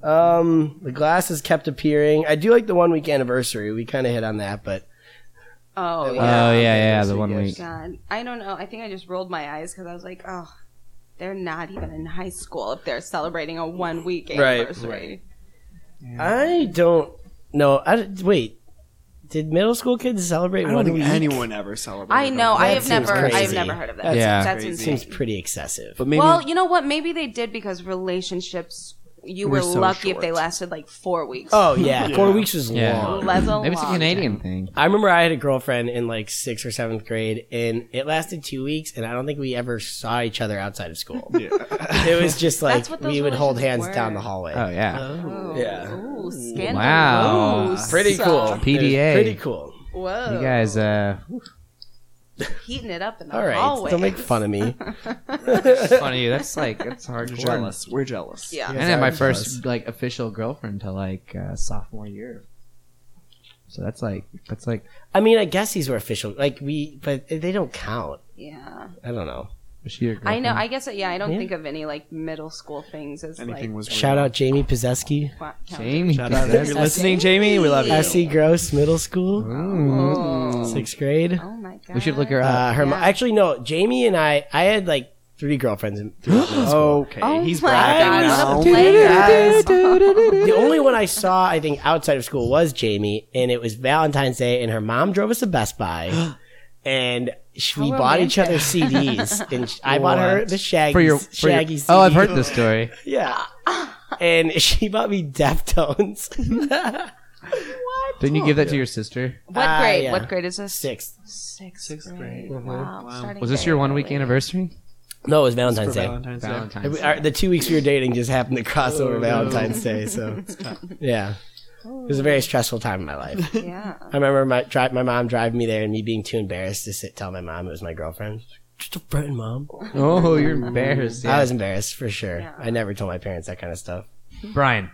S1: Um, the glasses kept appearing. I do like the one week anniversary. We kind of hit on that, but
S4: oh,
S2: Oh
S4: yeah. Oh,
S2: yeah, yeah, the one week.
S4: God. I don't know. I think I just rolled my eyes because I was like, oh, they're not even in high school if they're celebrating a one week
S1: Right,
S4: anniversary.
S1: I don't know. I d- wait. Did middle school kids celebrate
S3: I
S1: one
S3: don't think
S1: week?
S3: anyone ever celebrated.
S4: I know. I
S1: That
S4: have
S1: seems
S4: never. I have
S1: crazy.
S4: never heard of that.
S1: That
S2: Yeah.
S4: That's
S3: seems
S4: insane.
S1: Seems pretty excessive.
S3: But maybe
S4: Well, you know what? Maybe they did because relationships. You were,
S3: We're so
S4: lucky if they
S3: short.
S4: lasted like four weeks.
S1: Oh yeah, four weeks was
S2: Yeah.
S1: long.
S4: That's a
S2: Maybe it's a
S4: long
S2: Canadian thing.
S1: I remember I had a girlfriend in like sixth or seventh grade, and it lasted two weeks, and I don't think we ever saw each other outside of school. It was just like
S4: That's what
S1: we
S4: those
S1: would hold hands
S4: relations were.
S1: down the hallway.
S2: Oh yeah.
S4: time. Oh,
S1: Yeah.
S4: Ooh, scandal.
S2: Wow.
S1: Pretty cool.
S2: PDA.
S1: It was Pretty cool.
S4: Whoa.
S2: You guys, uh,
S4: heating it up in the
S1: All right.
S4: hallway.
S1: Don't make fun of me.
S2: funny. That's like that's hardcore.
S3: we're jealous. We're jealous.
S4: Yeah.
S2: I didn't have my first like official girlfriend till like uh, sophomore year. So that's like that's like
S1: I mean, I guess these were official. Like we, but they don't count.
S4: Yeah.
S1: I don't know.
S2: was she your girlfriend?
S4: I know. I guess. Yeah. I don't
S1: Yeah.
S4: think of any like middle school things as
S3: Anything
S4: like.
S3: was
S1: Shout out Jamie Pizeski,
S4: qua- count-
S2: Jamie.
S3: Shout out if you're listening, Jamie. We love you.
S1: SE Gross Middle School,
S2: Ooh.
S4: Oh.
S1: sixth grade.
S4: Oh my god.
S2: We should look her up.
S1: Uh, her mo-
S4: Yeah.
S1: actually no, Jamie and I. I had like three girlfriends. In, throughout middle school.
S3: Okay,
S4: Oh
S3: he's
S4: my
S3: bragging
S4: God,
S3: now.
S4: what a player.
S1: the only one I saw, I think, outside of school was Jamie, and it was Valentine's Day, and her mom drove us to Best Buy, and sh- we
S4: How
S1: bought each other
S4: romantic.
S1: CDs, and sh- I bought her
S2: What?
S1: the Shaggy
S2: for your for your-
S1: Shaggy.
S2: Oh, I've
S1: CD.
S2: heard this story.
S1: Yeah, and she bought me Deftones.
S2: Didn't you give that to your sister?
S4: What
S1: Ah,
S4: grade?
S1: yeah.
S4: What grade is this?
S1: Six.
S4: Sixth,
S3: Sixth grade.
S4: grade.
S3: Mhm.
S4: Wow. starting
S2: Was this
S4: very
S2: your one week
S4: early.
S2: anniversary?
S1: No, it was Valentine's
S3: for
S1: Day.
S3: Valentine's Day.
S2: Valentine's. Oh,
S1: Our- the two weeks we were dating just happened to cross over Valentine's Day, so yeah, it was a very stressful time in my life.
S4: Yeah.
S1: I remember my dri my mom driving me there and me being too embarrassed to sit, tell my mom it was my girlfriend. Just a friend, mom.
S2: Oh, you're embarrassed.
S1: I was embarrassed for sure.
S4: Yeah.
S1: I never told my parents that kind of stuff.
S2: Uh, Brian.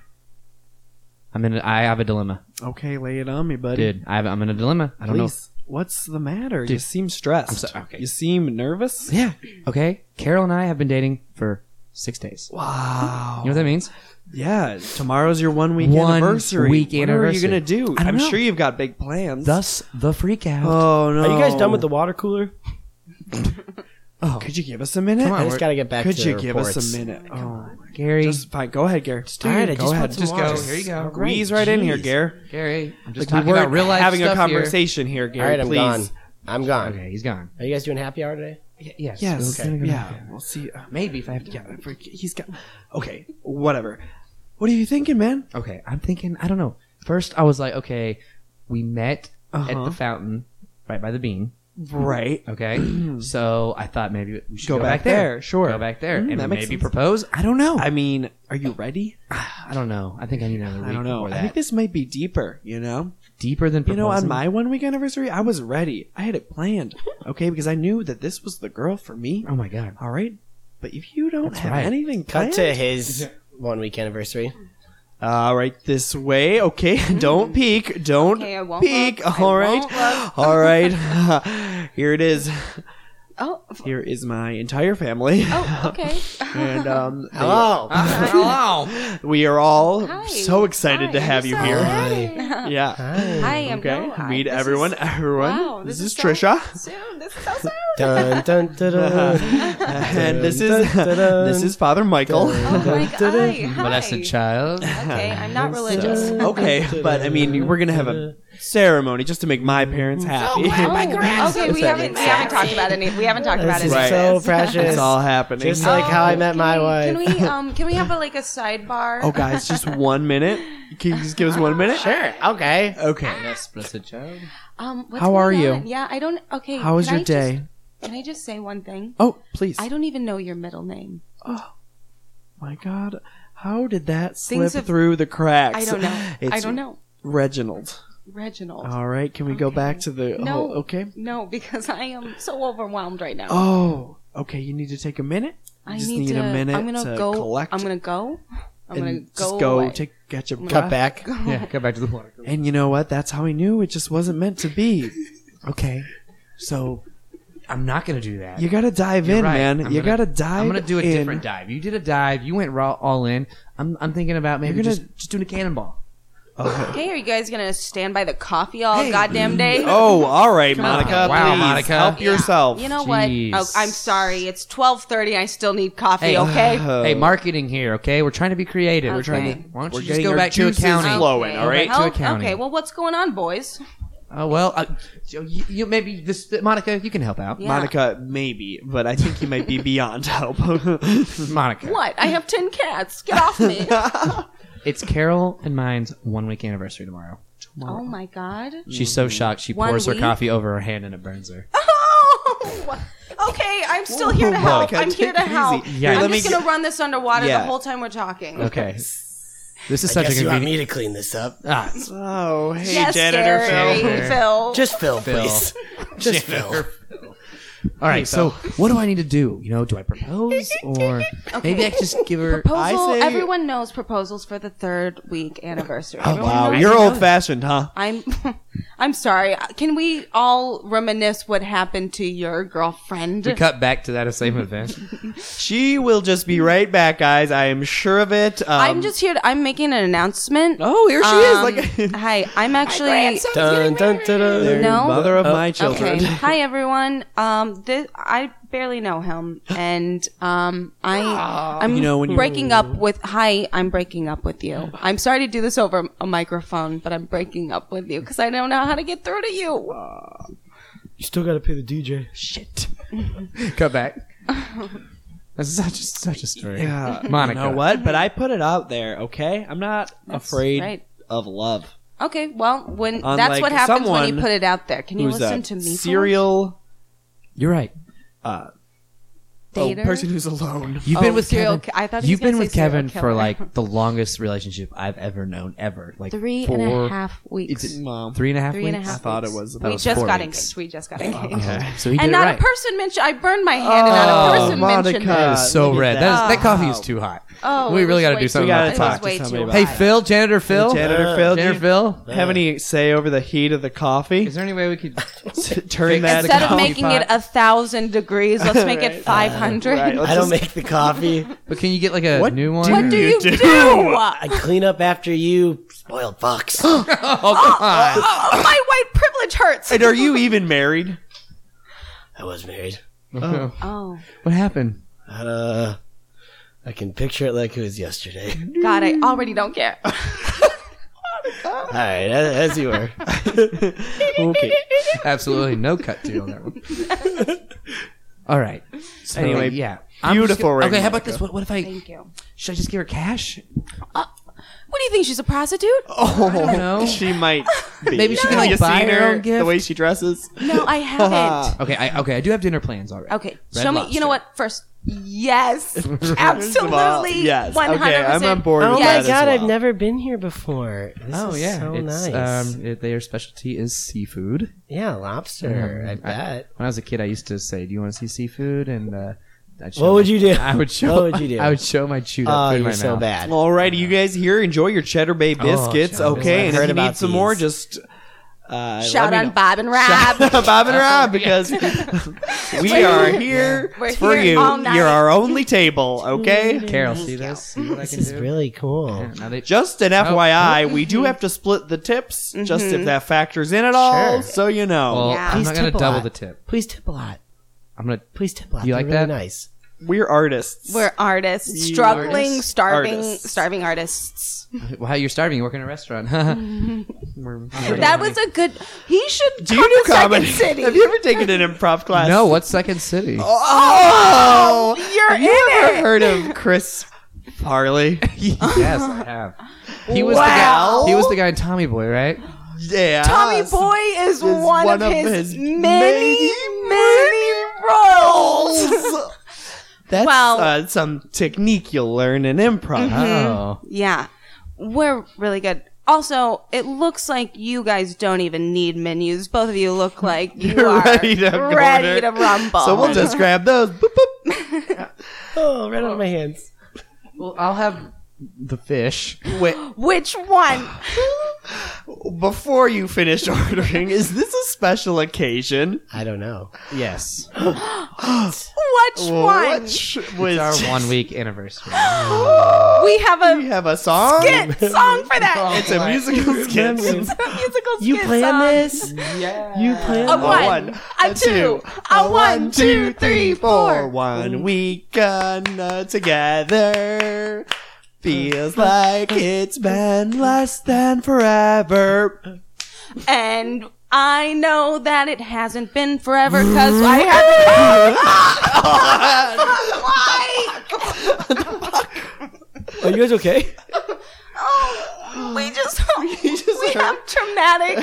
S2: I'm in. A, I have a dilemma,
S3: Okay, lay it on me, buddy.
S2: dude. I have, I'm in a dilemma. I don't
S3: Please, what's the matter? You
S2: Dude.
S3: seem stressed.
S2: I'm so- okay.
S3: You seem nervous.
S2: know. Yeah. Okay. Carol and I have been dating for six days.
S3: Wow.
S2: You know what that means?
S3: Yeah, tomorrow's your one week
S2: One
S3: anniversary.
S2: week
S3: what
S2: anniversary.
S3: are you gonna do?
S2: I don't
S3: I'm
S2: know.
S3: sure you've got big plans.
S2: Thus, the freak out.
S3: oh no.
S1: Are you guys done with the water cooler?
S3: Oh, Could you give us a minute?
S2: Oh. Come on,
S1: I
S2: we're-
S1: just gotta get back
S3: Could
S1: to
S3: you
S1: the
S3: give
S1: reports.
S3: us a minute? Oh,
S2: Gary.
S3: just fine. Go ahead, Gare. Just
S1: All right, I
S3: go
S1: just
S3: ahead.
S1: want some
S3: Just
S1: water.
S3: go.
S2: Here you go.
S1: All right,
S3: Wheeze right in here,
S1: jeez.
S3: Gare.
S2: Gary. I'm just
S3: Like,
S2: talking about real life
S3: having a
S2: stuff here.
S3: conversation here,
S1: All
S3: Gary.
S1: right, I'm
S3: please.
S1: gone. I'm gone.
S2: Okay, he's gone.
S1: Are you guys doing happy hour today?
S2: Yes.
S3: Yes.
S2: Okay.
S3: Yeah. We'll see. Uh,
S2: Maybe if I have to.
S3: yeah. if we- He's got. Okay. Whatever. What are you thinking, man?
S2: Okay, I'm thinking. I don't know. First, I was like, okay, we met at
S3: Uh-huh.
S2: the fountain right by the bean.
S3: Right.
S2: Okay, so I thought maybe we should
S3: Go
S2: go,
S3: back there, sure.
S2: go back there,
S3: Mm,
S2: and
S3: that makes
S2: maybe
S3: sense.
S2: propose. I don't know. I,
S3: I mean, are you ready?
S2: don't know. I think I need another week.
S3: I don't know.
S2: before
S3: I
S2: that.
S3: think this might be deeper. You know.
S2: deeper than
S3: You
S2: proposing.
S3: know, on my one week anniversary, I was ready. I had it planned. Okay, because I knew that this was the girl for me.
S2: Oh my god.
S3: All right. But if you don't have
S2: right.
S3: anything
S1: Cut
S3: planned,
S1: to his one week anniversary.
S3: all right, this way. Okay, don't peek. Don't
S4: Okay, I won't
S3: peek.
S4: look. I
S3: All right.
S4: won't look.
S3: All right. Here it is.
S4: Oh. f-
S3: Here is my entire family.
S4: Oh. Okay.
S3: and um, they-
S1: Hello.
S2: Hello.
S3: we are all
S4: Hi.
S3: so excited
S4: Hi,
S3: to have
S4: I'm
S3: you
S4: so
S3: here.
S4: excited.
S3: Yeah.
S4: Hi, I'm
S3: Okay.
S4: Noah.
S3: Meet
S4: This
S3: everyone.
S4: is-
S3: everyone.
S4: Wow,
S3: this, is
S4: so
S3: Trisha.
S4: Soon. This is so soon.
S1: dun, dun, dun, dun.
S3: and this is
S1: Dun, dun, dun.
S3: this is Father Michael.
S4: Oh my god. Hi.
S2: Blessed
S4: hi.
S2: child.
S4: Okay, I'm not religious.
S3: Oh,
S4: Oh,
S3: okay, but I mean, we're gonna have a ceremony just to make my
S4: Oh,
S3: parents happy.
S4: Okay, we haven't we haven't talked about any we haven't talked about
S1: This
S4: any
S1: is
S4: of
S3: Right.
S1: so
S4: this.
S1: precious.
S3: It's all happening.
S1: Just like how I met my wife.
S4: Can we um can we have a, like a sidebar?
S3: oh, guys, just one minute. Can you just give us one minute?
S1: Sure. Okay.
S3: Okay.
S2: Yes, blessed child.
S4: Um, what's
S3: How are
S4: going
S3: you?
S4: on? Yeah, I don't. Okay.
S3: How was
S4: can
S3: your
S4: I
S3: day?
S4: just- can I just say one thing?
S3: oh, please.
S4: I don't even know your middle name.
S3: oh, my God. How did that slip
S4: Things have-
S3: through the cracks?
S4: I don't know.
S3: It's Oh.
S4: I don't know.
S3: Reginald.
S4: Reginald.
S3: All right. Can we go
S4: Okay.
S3: back to the?
S4: No.
S3: whole- okay.
S4: no, because I am so overwhelmed right now.
S3: Oh. Okay. You need to take a minute. You
S4: I
S3: just
S4: need,
S3: need,
S4: to.
S3: a minute
S4: I'm gonna
S3: to
S4: go.
S3: collect.
S4: I'm gonna go. I'm
S3: and
S4: gonna
S3: just
S4: go.
S3: go
S4: away.
S3: take catch up.
S1: Cut back.
S2: Yeah, go back to the water.
S3: And you know what? That's how I knew it just wasn't meant to be. Okay.
S2: So, I'm not gonna do that.
S3: You gotta dive
S2: You're
S3: in,
S2: right.
S3: man.
S2: I'm
S3: you
S2: gonna-
S3: gotta dive.
S2: I'm gonna do a
S3: in.
S2: different dive. You did a dive. You went raw all in. I'm, I'm thinking about maybe
S3: You're gonna-
S2: just just doing a cannonball.
S3: Okay.
S4: okay, are you guys gonna stand by the coffee all goddamn day?
S3: Oh, all right,
S2: on.
S3: Monica.
S2: Wow,
S3: please,
S2: Monica.
S3: help
S4: Yeah.
S3: yourself.
S4: You know
S2: Jeez.
S4: what? Oh, I'm sorry. It's 12:30. I still need coffee.
S2: Hey.
S4: okay.
S3: Uh,
S2: hey, marketing here, okay? We're trying to be creative.
S4: We're trying to-
S2: Why don't
S3: we're
S2: you just
S3: getting
S2: go
S3: our
S2: back to
S3: juices
S2: accounting?
S3: flowing. Owen, all
S2: Go
S3: right?
S2: back to
S4: Well,
S2: accounting.
S4: Okay. Well, what's going on, boys?
S2: Oh well, uh, you, you maybe this Monica, you can help out.
S4: Yeah.
S3: Monica, maybe, but I think you might be beyond help.
S2: Monica,
S4: What? I have ten cats. Get off me.
S2: it's Carol and mine's one week anniversary tomorrow.
S4: oh my god.
S2: She's so shocked she
S4: One
S2: pours her
S4: week?
S2: coffee over her hand and it burns her.
S4: Oh. Okay, I'm still here to
S3: Whoa,
S4: help.
S3: Monica,
S4: I'm
S3: take
S4: here to
S3: it easy.
S4: help.
S2: Yeah.
S4: I'm
S2: Let
S4: just
S3: me
S4: gonna run this underwater
S3: Yeah.
S4: the whole time we're talking.
S2: Okay, this is
S1: I
S2: such a
S1: guess you want
S2: convenient.
S1: me to clean this up.
S2: Ah,
S3: oh, hey,
S4: yes,
S3: janitor
S4: Gary,
S3: Phil.
S2: Phil.
S4: Phil.
S1: Just Phil,
S2: Phil.
S1: please. Just Phil.
S2: all right, so what do I need to do? You know, do I propose or maybe I just give her?
S4: proposal.
S3: I say-
S4: everyone knows proposals for the third week anniversary. Everyone
S3: Oh, Wow,
S4: knows
S3: you're
S4: it.
S3: old fashioned, huh?
S4: I'm. I'm sorry. Can we all reminisce what happened to your girlfriend?
S2: We cut back to that same event.
S3: She will just be right back, guys. I am sure of it. Um,
S4: I'm just here. To, I'm making an announcement.
S3: Oh, here she is.
S4: Um,
S3: Like
S4: hi, I'm actually.
S1: Dun, dun, dun, dun.
S3: They're
S4: No.
S3: mother of my children.
S4: Okay. Hi everyone. Um, this, I barely know him, and um, I I'm
S3: You know, when you-
S4: breaking up with. Hi, I'm breaking up with you. I'm sorry to do this over
S3: Ah.
S4: a microphone, but I'm breaking up with you because I don't know how to get through to you.
S1: You still got to pay the DJ.
S2: Shit. Cut back. That's such a, such a story.
S3: Yeah,
S2: Monica.
S3: You know what? But I put it out there. Okay, I'm not afraid
S4: right.
S3: of love.
S4: Okay, well, when that's
S3: Unlike
S4: what happens when you
S3: someone
S4: put it out there. Can you
S3: who's uh,
S4: listen
S3: a
S4: to me? for
S3: serial
S2: You're right.
S3: uh, oh,
S4: Dater?
S3: person who's alone?
S2: You've
S4: Oh,
S2: been with
S4: serial
S2: Kevin.
S4: ki- I thought he
S2: You've
S4: was
S2: been
S4: gonna
S2: with
S4: say serial
S2: Kevin for
S4: killer.
S2: like the longest relationship I've ever known, ever. Like
S4: Three
S2: four,
S4: and a half weeks.
S2: Is it
S3: Mom.
S2: three and a half
S4: Three and a
S2: weeks?
S4: half
S3: I thought it
S4: weeks.
S3: was- that
S4: We
S3: was
S4: just
S2: four
S4: got
S2: weeks.
S4: engaged. We just got engaged.
S2: Okay. So he did
S4: And
S2: it
S4: not
S2: right.
S4: a person mentioned. I burned my hand, and not a person mentioned.
S3: Oh, Monica.
S4: It.
S2: That is so
S3: Look at
S2: red. That, is,
S4: that.
S2: that coffee is too hot.
S4: Oh,
S2: We
S4: it
S2: really
S4: was
S2: gotta
S4: way
S2: do something
S4: too
S2: about
S4: hot.
S2: the
S4: It was
S2: talk to
S4: way
S3: somebody
S4: too
S3: about
S2: Hey,
S4: hot.
S2: Phil, janitor Phil.
S3: Janitor
S1: Uh,
S3: Phil, do
S2: Janitor
S3: you
S2: Phil.
S3: have any say over the heat of the coffee?
S2: Is there any way we could
S3: Turn that
S4: Instead of
S3: coffee
S4: making it
S3: pot-
S4: a thousand degrees, let's make it five hundred.
S3: Right, let's
S1: I don't
S3: just-
S1: make the coffee.
S2: But can you get like a
S3: What
S2: new one?
S4: what do
S3: You
S4: you
S3: do.
S4: do? Oh,
S1: I clean up after you, spoiled fox.
S2: oh, come on.
S4: Oh, my white privilege hurts.
S3: And are you even married?
S1: I was married.
S4: Oh
S2: What happened?
S1: Uh, I can picture it like it was yesterday.
S4: God, I already don't care.
S1: All right, as, as you were.
S3: okay.
S2: Absolutely no cut to on that one. All right. So,
S3: Anyway,
S2: yeah.
S3: beautiful
S2: I'm just gonna-
S3: ring,
S2: Okay, how about
S3: Monica.
S2: this? What, what if I
S4: Thank you.
S2: should I just give her cash?
S4: What do you think? She's a prostitute?
S2: don't know.
S3: Oh, she might. Be.
S2: Maybe she can,
S3: Have
S2: like,
S3: you
S2: buy
S3: seen
S2: her own gift.
S3: The way she dresses.
S4: No, I haven't.
S2: Okay, I okay, I do have dinner plans already.
S4: Okay,
S2: Red
S4: show me. You
S2: Lobster.
S4: know what? First, yes,
S3: First of all,
S4: absolutely,
S3: Yes.
S4: one hundred
S3: Okay, I'm on board.
S1: Oh
S3: with
S4: Yeah.
S1: my
S3: that
S1: god,
S3: as well.
S1: I've never been here before. This
S2: Oh
S1: is
S2: yeah,
S1: so
S2: it's,
S1: nice.
S2: Um, it- their specialty is seafood.
S1: yeah, lobster. I bet.
S2: When I was a kid, I used to say, "Do you want to see seafood?" And uh, I'd show
S1: what would you do?
S2: I would show.
S1: What would you do?
S2: I would show my chewed up
S1: Oh,
S2: food in
S1: you're
S2: my
S1: so
S2: mouth.
S1: bad.
S3: Alrighty, you guys here. Enjoy your Cheddar Bay biscuits,
S2: Oh, Cheddar Bay.
S1: I've
S3: okay? And if you
S1: heard
S3: need
S1: about
S3: some more,
S1: these.
S3: just uh,
S4: Shout
S3: let
S4: on
S3: me
S4: Bob and
S3: know.
S4: Rob.
S3: Bob and Rob, because we are here
S4: We're
S3: for
S4: here
S3: you.
S4: all night.
S3: You're our only table, okay?
S2: Carol, see this? See what I
S1: This
S2: can
S1: is
S2: do?
S1: really cool.
S2: Yeah, now they-
S3: Just an FYI, we do have to split the tips, just if that factors in at all,
S1: Sure.
S3: so you know.
S2: Well,
S4: Yeah.
S2: I'm
S1: Please
S2: not gonna
S1: tip a
S2: double
S1: lot.
S2: the tip.
S1: Please tip a lot.
S2: I'm gonna.
S1: Please tip a lot.
S2: You
S1: They're
S2: like
S1: really
S2: that?
S1: nice.
S3: We're artists.
S4: We're artists,
S3: You
S4: struggling,
S3: artists?
S4: starving,
S3: Artists.
S4: starving artists.
S2: Wow, you're starving. You work in a restaurant. We're-
S4: That was a good. He should
S3: do
S4: come
S3: you do
S4: to
S3: comedy?
S4: Second City.
S3: Have you ever taken an improv class?
S2: no. What's second city?
S3: Oh,
S4: You're
S3: have you
S4: in
S3: ever
S4: it.
S3: heard of Chris Farley?
S2: yes, I have. He was the
S4: Wow.
S2: guy. He was the guy in Tommy Boy, right?
S3: Yeah.
S4: Tommy Boy is, one,
S3: one
S4: of
S3: of
S4: his,
S3: his
S4: many, many roles.
S3: That's
S4: Well-
S3: uh, some technique you'll learn in improv.
S2: Oh,
S4: Yeah. We're really good. Also, it looks like you guys don't even need menus. Both of you look like you
S3: You're
S4: are
S3: ready to
S4: ready
S3: order.
S4: to rumble.
S3: So we'll just grab those. Boop, boop.
S1: Oh, right on my hands.
S2: well, I'll have the fish.
S3: Wait,
S4: Which one?
S3: before you finish ordering, is this a special occasion?
S1: I don't know.
S2: Yes,
S4: Which one?
S3: Which
S2: it's
S3: was
S2: our one week anniversary.
S4: We have
S3: We
S4: a
S3: have a song.
S4: skit song for that.
S3: It's a musical skit.
S1: Remember.
S4: It's a musical skit
S1: You plan
S4: song.
S1: this? You plan
S4: A
S1: this?
S4: one, a two, a one, two, three, four.
S3: One weekend together feels like it's been less than forever.
S4: And I know that it hasn't been forever because I haven't. Why?
S1: Are you guys okay?
S4: Oh, we just, we, have traumatic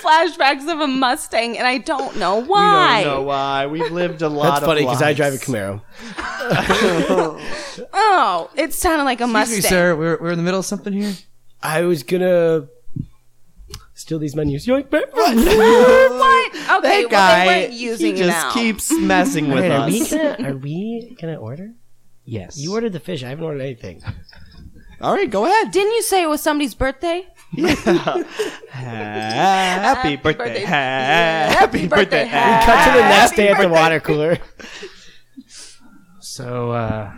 S4: flashbacks of a Mustang, and I don't know why.
S3: I don't know why. We've lived a lot.
S1: That's funny
S3: because
S1: because I drive a Camaro.
S4: Oh, it sounded like a Mustang.
S2: Excuse me, sir. We're, we're in the middle of something here.
S1: I was gonna steal these menus. Yoink, bam, bam.
S4: what? Okay,
S3: That
S4: well, they
S3: guy
S4: weren't using
S3: he just
S4: it now.
S3: keeps messing with
S1: Wait, are we
S3: us.
S1: gonna are we gonna order?
S2: Yes.
S1: You ordered the fish. I haven't ordered anything.
S3: All right, go ahead.
S4: Didn't you say it was somebody's birthday?
S3: Happy birthday!
S4: birthday.
S3: Happy birthday!
S4: happy
S1: Cut to the
S3: happy-
S1: next day at the water cooler.
S2: So, uh,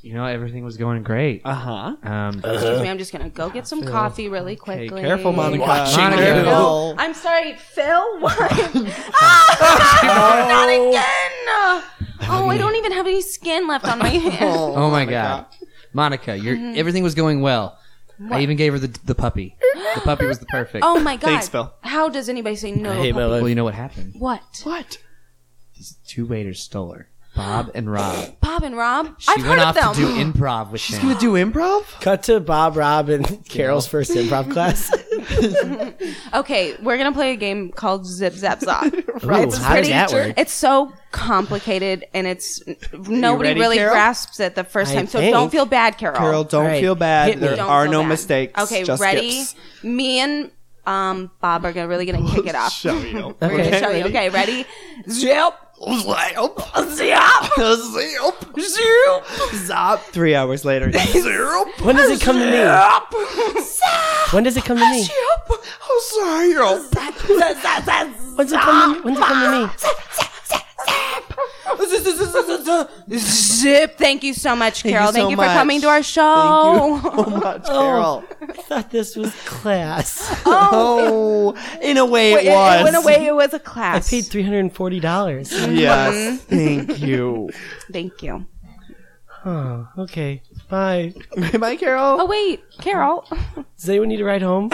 S2: you know, everything was going great.
S3: Uh-huh.
S2: Um,
S4: Excuse me, I'm just gonna go get some coffee really
S3: Hey,
S4: quickly.
S3: careful, Monica.
S2: Watching you.
S4: No,
S3: Careful.
S4: I'm sorry, Phil. What? ah, not again! Oh, I don't even have any skin left on my hand. Mm-hmm.
S2: oh my god, Monica, you're everything was going well. I even gave her the the puppy. The puppy was the perfect.
S4: Oh my god.
S3: Thanks, Bill.
S4: How does anybody say no?
S1: I
S4: to a
S1: hate my
S4: puppy?
S2: Well,
S1: life.
S2: you know what happened?
S4: What?
S3: What?
S2: These two waiters stole her. Bob and Rob.
S4: Bob and Rob?
S2: She
S4: I've
S2: went
S4: heard
S2: off
S4: of
S2: to
S4: them.
S2: do improv with She's
S3: Gonna do improv?
S1: Cut to Bob, Rob, and Carol's first improv class.
S4: okay, we're gonna play a game called Zip Zap Zop.
S1: Ooh, how does that work?
S4: It's so complicated, and it's nobody
S3: ready,
S4: really
S3: Carol?
S4: grasps it the first
S1: I
S4: time. So
S1: think-
S4: don't feel bad, Carol.
S3: Carol, don't
S1: Right.
S3: feel
S1: Hit
S3: bad.
S1: me.
S3: There
S4: Don't
S3: are
S4: feel
S3: no
S4: bad.
S3: mistakes.
S4: Okay,
S3: just
S4: ready?
S3: Gifts.
S4: Me and um, Bob are gonna, really gonna kick it off.
S3: Show you.
S4: We're gonna show you. Okay, ready? Zip. Zip. Zip.
S3: Zop. Three hours later. Zero.
S1: When does it come to me? When does it come to me?
S3: I'm Oh, sorry. You're all
S1: When's it come to me? When's it come
S4: Ah,
S1: to me?
S4: Zip. Thank you so much, Carol.
S3: so
S4: Thank you, for
S3: much.
S4: coming to our show.
S3: Thank you so much, Carol.
S1: I thought this was class.
S3: Oh, in a way it,
S4: It,
S3: was.
S4: it went away. It was a
S1: I
S4: class.
S1: paid three hundred and forty dollars.
S3: Yes. Thank you.
S4: Thank you.
S1: Oh, okay. Bye.
S3: Bye, Carol.
S4: Oh wait, Carol.
S1: Does anyone need a ride home?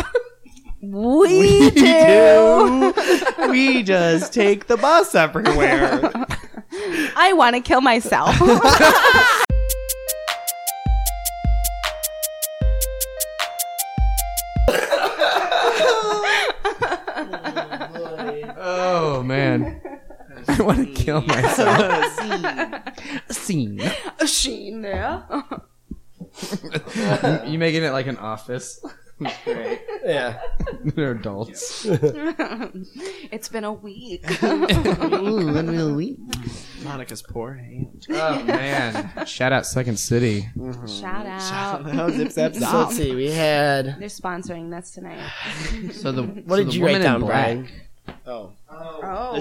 S4: We do.
S3: we just take the bus everywhere.
S4: I want to kill myself.
S2: Oh man. I want to kill myself. Scene.
S4: Sheen there.
S2: Scene. you making it like an office. Great.
S1: Yeah.
S2: They're adults.
S4: It's been a week.
S2: Ooh, when will we?
S3: Monica's poor hand.
S2: Oh man. Shout out Second City.
S4: Shout out.
S3: Oh, zip, zap, zop.
S1: So let's see. We had.
S4: They're sponsoring this tonight.
S2: So the
S1: What did you write down, Brian?
S4: Oh.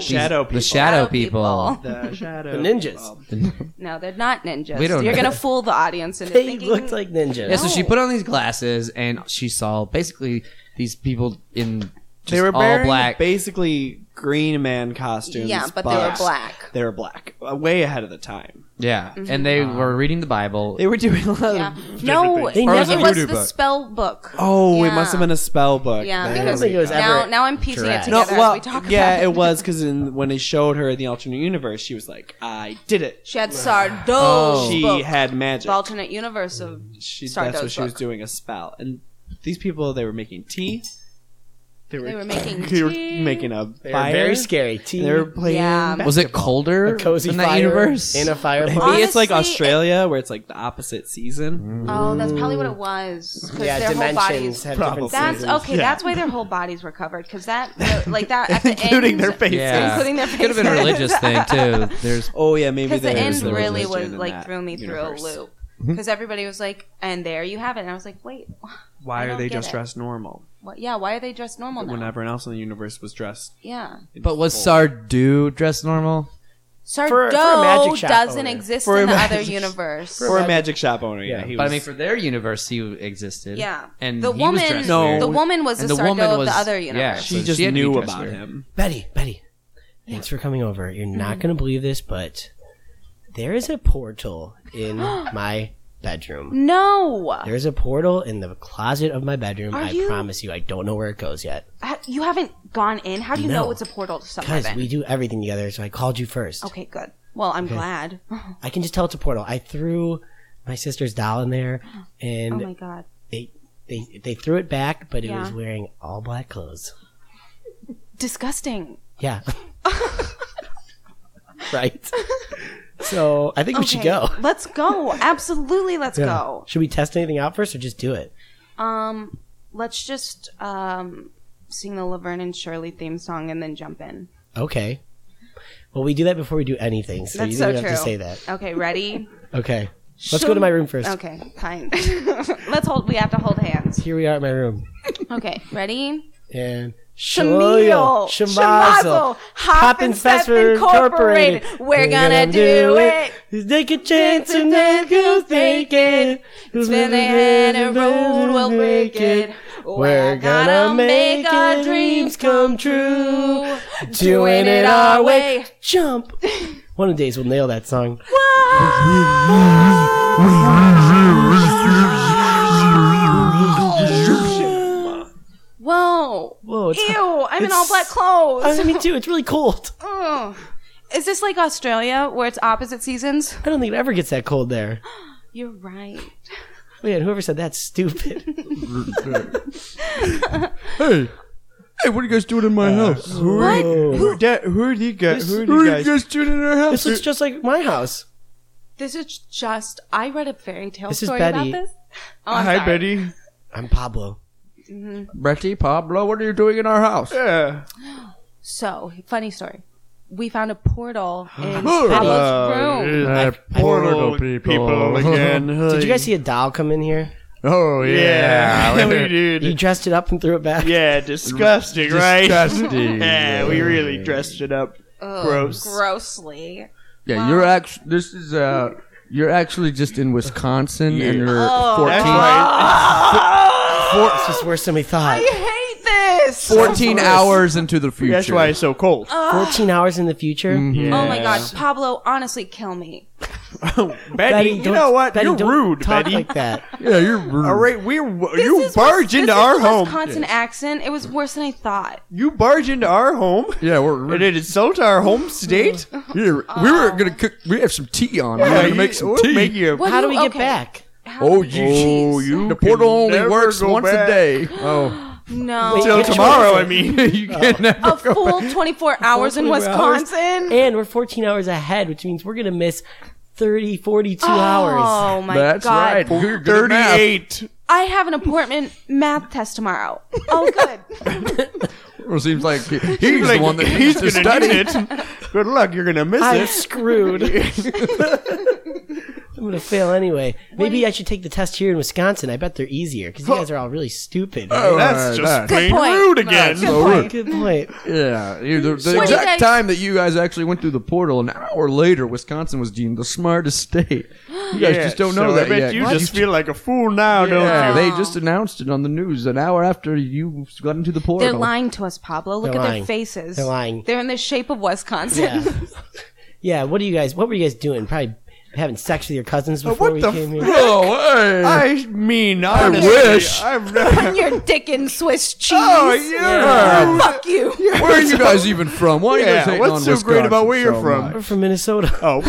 S2: The
S3: Shadow people.
S2: shadow
S4: Shadow people.
S2: people.
S3: The shadow.
S1: The ninjas.
S4: No, they're not ninjas.
S2: We don't
S4: You're
S2: know.
S4: going to fool the audience into
S1: They
S4: thinking.
S1: looked like ninjas.
S2: Yeah, so she
S4: No.
S2: put on these glasses and she saw basically these people in just
S3: They were
S2: all
S3: wearing
S2: black.
S3: basically green man costumes.
S4: yeah, but they were black.
S3: They were black. Uh, Way ahead of the time.
S2: yeah, and they were reading the Bible.
S3: They were doing a lot
S4: Yeah.
S3: of.
S4: No,
S1: They
S4: it
S1: never
S4: was
S1: did
S4: the
S2: voodoo book.
S4: spell book.
S3: Oh, it
S4: Yeah.
S3: must have been a spell book.
S4: Yeah,
S3: There
S4: because
S1: think it was
S4: now,
S1: ever
S4: now I'm piecing
S2: correct.
S4: it
S2: No,
S3: No,
S4: together
S3: well,
S4: as we talk
S3: yeah,
S4: about it.
S3: it was because when they showed her the alternate universe, she was like, "I did it."
S4: She had Sardo's
S3: she
S4: book.
S3: had magic.
S4: the alternate universe of.
S3: She,
S4: Sardo's
S3: that's what she was
S4: book.
S3: doing a spell. And these people, they were making tea.
S4: They were making
S3: They were
S4: tea.
S3: making a
S1: They were
S3: fire.
S1: very scary. Tea,
S3: They were playing.
S4: Yeah.
S3: ba-
S2: was it colder
S1: a cozy
S2: in that
S1: fire
S2: universe?
S1: in a fire.
S3: Maybe
S1: pond.
S3: it's like
S4: Honestly,
S3: Australia, where it's like the opposite season.
S4: Oh, that's probably what it was. 'cause
S1: Yeah,
S4: their whole
S1: dimensions
S4: bodies.
S1: have
S3: Probably.
S1: different
S4: That's
S1: seasons.
S4: okay. That's why their whole bodies were covered because that, like that, at the
S3: including
S4: end,
S3: their faces.
S2: yeah,
S4: Including their
S2: could have been a
S4: faces.
S2: religious thing too. There's
S3: Oh yeah, maybe
S4: because the
S3: there
S4: end
S3: is the
S4: really
S3: religion
S4: was
S3: in
S4: like
S3: that
S4: threw me through a
S3: universe.
S4: loop because everybody was like, "And there you have it," and I was like, "Wait, I
S3: Why are
S4: don't
S3: they
S4: get
S3: just
S4: it.
S3: dressed normal
S4: what? Yeah, why are they dressed normal now?"
S3: when everyone else in the universe was dressed?
S4: yeah,
S2: but was Sardu dressed normal?
S4: Sardo
S1: for a magic shop
S4: doesn't
S1: owner.
S4: exist
S3: Oh, For a
S4: in the
S3: magic
S4: other
S3: shop-
S4: universe.
S3: for a magic shop owner? Yeah,
S1: Yeah.
S3: he
S2: But I
S3: was.
S2: mean, for their universe, he existed.
S4: yeah,
S2: and he
S4: the
S2: was
S4: woman,
S2: dressed
S3: No.
S2: weird.
S4: the woman was
S2: And
S4: the,
S2: the
S4: Sardo
S2: woman
S4: of
S2: was-
S4: the other
S2: yeah.
S4: universe.
S2: So
S3: she just
S2: she had to be
S3: knew
S2: dressed
S3: about
S2: weird.
S3: him.
S1: Betty, Betty, thanks for coming over. You're
S4: Mm-hmm.
S1: not going to believe this, but there is a portal in my bedroom.
S4: No,
S1: There's a portal in the closet of my bedroom.
S4: Are
S1: I
S4: you-
S1: promise you, I don't know where it goes yet.
S4: Ha- you haven't gone in. How do you
S1: No.
S4: know it's a portal to somewhere?
S1: Because
S4: Then?
S1: we do everything together, so I called you first.
S4: okay, good. Well, I'm glad.
S1: I can just tell it's a portal. I threw my sister's doll in there,
S4: Oh
S1: and
S4: my god.
S1: they, they they threw it back, but it
S4: Yeah.
S1: was wearing all black clothes.
S4: Disgusting.
S1: Yeah. right. So I think we should
S4: Okay,
S1: go.
S4: Let's go. Absolutely, let's
S1: Yeah.
S4: go.
S1: Should we test anything out first or just do it?
S4: Um, let's just um sing the Laverne and Shirley theme song and then jump in.
S1: Okay. Well, we do that before we do anything, so
S4: That's
S1: you
S4: so
S1: didn't have to
S4: true.
S1: say that.
S4: Okay, ready?
S1: Okay. Let's go to my room first.
S4: Okay, fine. let's hold. We have to hold hands.
S1: Here we are at my room.
S4: Okay, ready?
S1: And
S4: Shamil,
S1: Shoyo, Shamazel,
S4: Shamazel, Hop and Step Incorporated. We're gonna do it.
S1: Just Take a chance and then go take it. Cause
S4: Spin the head and road, we'll break it.
S1: We're gonna make our dreams come true. Doing it our way. Jump. One of the days we'll nail that song.
S4: Whoa! No.
S1: Whoa, it's-
S4: Ew, I'm in
S1: it's-
S4: all black clothes.
S1: I mean, me too. It's really cold.
S4: Ugh. Is this like Australia where it's opposite seasons?
S1: I don't think it ever gets that cold there.
S4: You're right.
S1: Man, whoever said that's stupid.
S5: Hey, hey, what are you guys doing in my house?
S4: What?
S1: Whoa.
S3: Who, da- who are you guys? Who are
S5: What
S3: you
S5: are Uh, you
S3: guys?
S5: guys doing in our
S1: This
S5: house?
S1: looks just like my house.
S4: This is just. I read a fairy tale
S1: This is
S4: story
S1: Betty.
S4: about this. Oh, I'm
S3: Hi,
S4: sorry. Mm-hmm.
S3: Betty.
S1: I'm Pablo.
S5: Betty, Pablo, what are you doing in our house?
S3: Yeah.
S4: So, funny story. We found a portal in
S5: Portal.
S4: Pablo's room.
S3: portal Uh, people. again.
S1: Did you guys see a doll come in here?
S5: Oh
S3: yeah, we did.
S1: You dressed it up and threw it back.
S3: Yeah, disgusting, right?
S5: Disgusting.
S3: yeah, we really dressed it up.
S4: Ugh,
S3: Gross.
S4: Grossly.
S5: Yeah, you're actually. This is uh, you're actually just in Wisconsin, and you're
S4: Oh.
S3: That's
S5: 14,
S3: right.
S1: Four- It's just worse than we thought.
S4: I hate this.
S5: 14 hours into the future. Mm-hmm.
S3: That's why it's so cold.
S4: Um,
S1: 14 hours in the future?
S3: Mm.
S4: Oh my gosh, Pablo, honestly, kill me.
S3: Betty, you
S1: don't-
S3: know what?
S1: Betty,
S3: you're
S1: don't
S3: rude,
S1: talk
S3: Betty.
S1: like that.
S5: Yeah, you're. Rude.
S3: All right, we
S4: This
S3: you
S4: is worse-
S3: barge
S4: this
S3: into
S4: is
S3: our
S4: the
S3: home.
S4: Wisconsin accent. It was worse than I thought.
S3: You barge into our home
S5: Yeah, we're.
S3: and it insult our home state.
S5: Here, we were gonna cook. We have some tea on. We're gonna
S3: Uh, you-
S5: make some
S3: we'll
S5: tea.
S3: make you a-
S4: What
S1: How do we get
S4: okay.
S1: back?
S4: How
S5: oh,
S4: do-
S5: you,
S4: Oh,
S5: The portal
S3: can
S5: only
S3: never
S5: works
S3: go
S5: once
S3: back.
S5: a day. Oh,
S4: no.
S1: Wait,
S3: Till
S1: Which
S3: tomorrow,
S1: one is
S3: I mean.
S5: you can never
S4: a full 24 hours in
S1: 24 hours.
S4: Wisconsin?
S1: And we're 14 hours ahead, which means we're going to miss 30, 42 hours.
S4: Oh my
S5: That's
S4: god.
S5: right. You're good at math.
S3: 38.
S4: I have an appointment math test tomorrow. Oh good.
S5: Well, seems like he- he's
S3: Like,
S5: the one that
S3: he's
S5: needs to
S3: gonna
S5: study.
S3: need it. Good luck, you're gonna miss
S1: I'm
S3: it.
S1: screwed. I'm going to fail anyway. Maybe I should take the test here in Wisconsin. I bet they're easier because you guys are all really stupid.
S5: Oh,
S1: right?
S3: That's just
S5: Alright,
S3: plain
S4: Good point.
S3: Uh, rude again.
S4: Good point.
S1: Good point.
S5: Yeah, you- the, the
S4: What do you
S5: exact
S4: guys-
S5: time that you guys actually went through the portal, an hour later, Wisconsin was deemed the smartest state. You guys
S3: Yeah,
S5: just don't
S3: so
S5: know
S3: I
S5: that
S3: bet
S5: yet.
S3: You
S5: What?
S3: just feel like a fool now,
S5: Yeah,
S3: don't you?
S5: they just announced it on the news an hour after you got into the portal.
S4: They're lying to us, Pablo. Look
S1: They're
S4: at
S1: lying.
S4: their faces.
S1: They're lying.
S4: They're in the shape of Wisconsin.
S1: Yeah. yeah. What do you guys? What were you guys doing? Probably having sex with your cousins before
S3: what
S1: we
S3: the
S1: came
S3: f-
S1: here.
S5: Oh, hey.
S3: I mean, honestly,
S5: wish.
S3: I've never.
S4: Your dick and Swiss cheese.
S3: Oh, yeah.
S5: Yeah.
S4: Fuck you.
S5: where are you guys even from? Why are you guys
S3: Yeah,
S5: hating
S3: what's
S5: on
S3: so great about
S5: Wisconsin
S3: where you're
S5: so
S3: from?
S5: much?
S1: We're from Minnesota.
S3: Oh,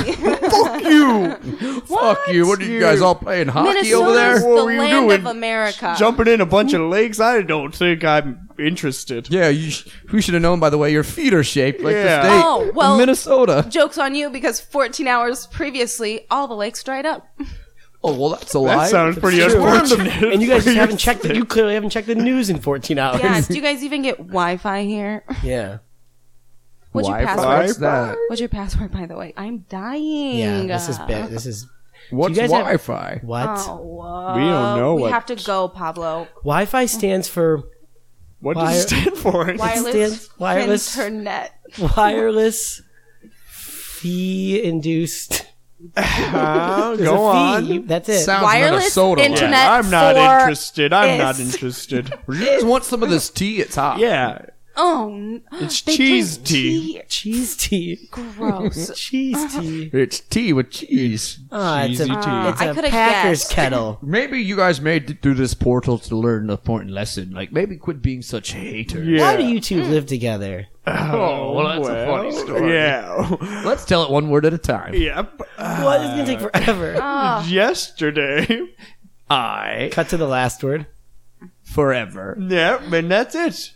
S3: fuck you!
S5: Fuck you! What are you guys all playing hockey
S4: Minnesota's
S5: over there?
S4: the
S3: What were you
S4: land
S3: doing?
S4: of America.
S3: Jumping in a bunch of lakes, I don't think I'm interested.
S5: Yeah, you sh- who should have known? By the way, your feet are shaped like
S3: Yeah.
S5: the state
S4: Oh,
S5: of
S4: well-
S5: Minnesota.
S4: Joke's on you because 14 hours previously, all the lakes dried up.
S5: Oh well, that's a lie.
S3: That sounds pretty
S5: Sure.
S3: unfortunate.
S1: And you guys
S3: for
S1: just haven't checked. The,
S3: sake.
S1: you clearly haven't checked the news in 14 hours.
S4: Yeah, do you guys even get Wi Fi here?
S1: Yeah.
S4: What's your
S5: Wi-Fi?
S4: password?
S5: What's that?
S4: What's your password, by the way? I'm
S1: Yeah,
S4: dying.
S1: This is bad. This is
S5: What's
S1: guys have-
S5: Wi-Fi?
S1: what
S4: Oh, uh,
S3: We don't know
S4: We
S3: what-
S4: have to go, Pablo.
S1: Wi-Fi stands for.
S3: What does it stand for?
S4: Wireless,
S1: stands- wireless-
S4: internet.
S1: wireless fee induced.
S3: Uh,
S1: There's a
S3: go on.
S1: fee. That's it.
S5: Sounds like a
S4: Wireless
S5: soda. line.
S4: internet.
S3: Yeah, I'm not
S4: for
S3: interested. I'm not
S4: is.
S3: interested.
S5: You just want some of this tea? It's hot.
S3: yeah,
S4: Oh, n-
S3: It's
S4: they
S3: cheese
S4: drink
S3: tea.
S1: cheese tea.
S4: Gross.
S1: Cheese tea.
S5: It's tea with cheese.
S1: Ah, it's a,
S3: Cheesy tea.
S1: it's
S4: I
S1: a
S4: coulda
S1: Packers
S4: guessed.
S1: kettle.
S5: Maybe you guys made it through this portal to learn an important lesson. Like maybe quit being such haters.
S3: yeah.
S1: Why do you two live together?
S5: Oh, well, that's a funny story.
S3: Yeah,
S5: Let's tell it one word at a time.
S3: yep.
S1: What? It's gonna
S3: Uh.
S1: take forever.
S4: Ah,
S3: Yesterday.
S5: I
S1: Cut to the last word.
S5: forever.
S3: Yep, and that's it.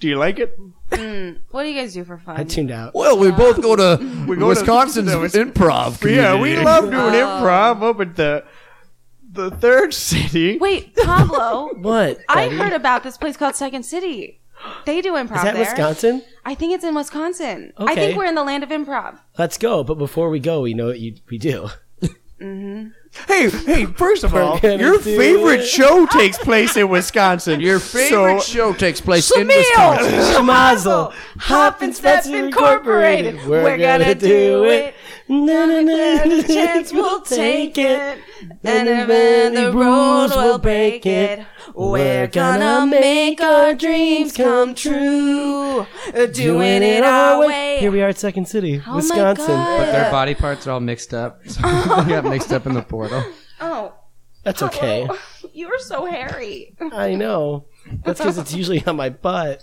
S3: Do you like it?
S4: hmm. What do you guys do for fun?
S1: I tuned out.
S5: Well, we both go to
S3: go to-
S5: Wisconsin's
S3: that was-
S5: improv.
S3: Yeah, we
S5: community.
S3: love doing improv up at the the third city.
S4: Wait, Pablo,
S1: What?
S4: I
S1: Betty?
S4: heard about this place called Second City. They do improv
S1: Is that
S4: there.
S1: Wisconsin?
S4: I think it's in Wisconsin. I
S1: Okay.
S4: think we're in the land of improv.
S1: Let's go. But before we go, we know what you, we do.
S3: Mm-hmm. Hey, hey! First of all,
S1: gonna
S3: your
S1: do
S3: favorite
S1: it.
S3: show takes place in Wisconsin.
S5: Your favorite
S3: So,
S5: show takes place in
S4: Shamil!
S5: Wisconsin.
S1: Schmazel,
S4: Hop and Steps Incorporated.
S1: We're, gonna, do it. Na, na, na,
S4: There's
S1: na,
S4: a chance we'll
S1: na,
S4: take it.
S1: And
S4: And
S1: if
S4: even
S1: any
S4: the road
S1: rules
S4: will break it. We're gonna make our dreams come true. Doing it our way.
S1: Here we are at Second City,
S4: Oh my
S1: Wisconsin.
S4: God.
S1: But
S5: Their body parts are all mixed up. they got mixed up in the portal.
S4: Oh,
S1: that's okay.
S4: you are so hairy.
S1: I know. That's because it's usually on my butt.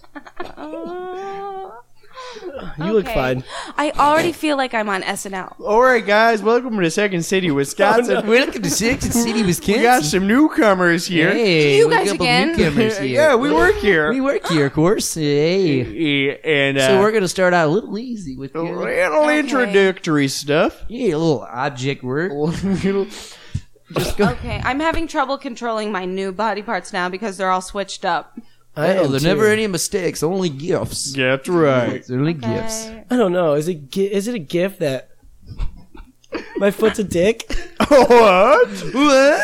S1: You look
S4: Oh, Okay.
S1: fine.
S4: I already feel like I'm on SNL.
S3: All right, guys, welcome to Second City, Wisconsin.
S5: Welcome to Six and City, Wisconsin.
S3: We got some newcomers here.
S5: Hey,
S4: You
S5: we
S4: guys
S5: got some
S4: again?
S5: newcomers here.
S3: Yeah, we work
S5: We
S3: here.
S5: work here, of course. Hey.
S3: Yeah, And uh,
S5: So we're gonna start out a little easy with
S3: a
S5: your,
S3: little
S4: Okay.
S3: introductory stuff.
S5: yeah, a little object work.
S3: Just go.
S4: Okay, I'm having trouble controlling my new body parts now because they're all switched up.
S1: I
S5: Oh,
S1: am
S5: there
S1: too.
S5: never any mistakes, only gifts.
S3: That's right.
S5: It's only gifts.
S4: Okay.
S1: I don't know. Is it gi- is it a gift that my foot's a dick?
S3: what?
S1: Pretty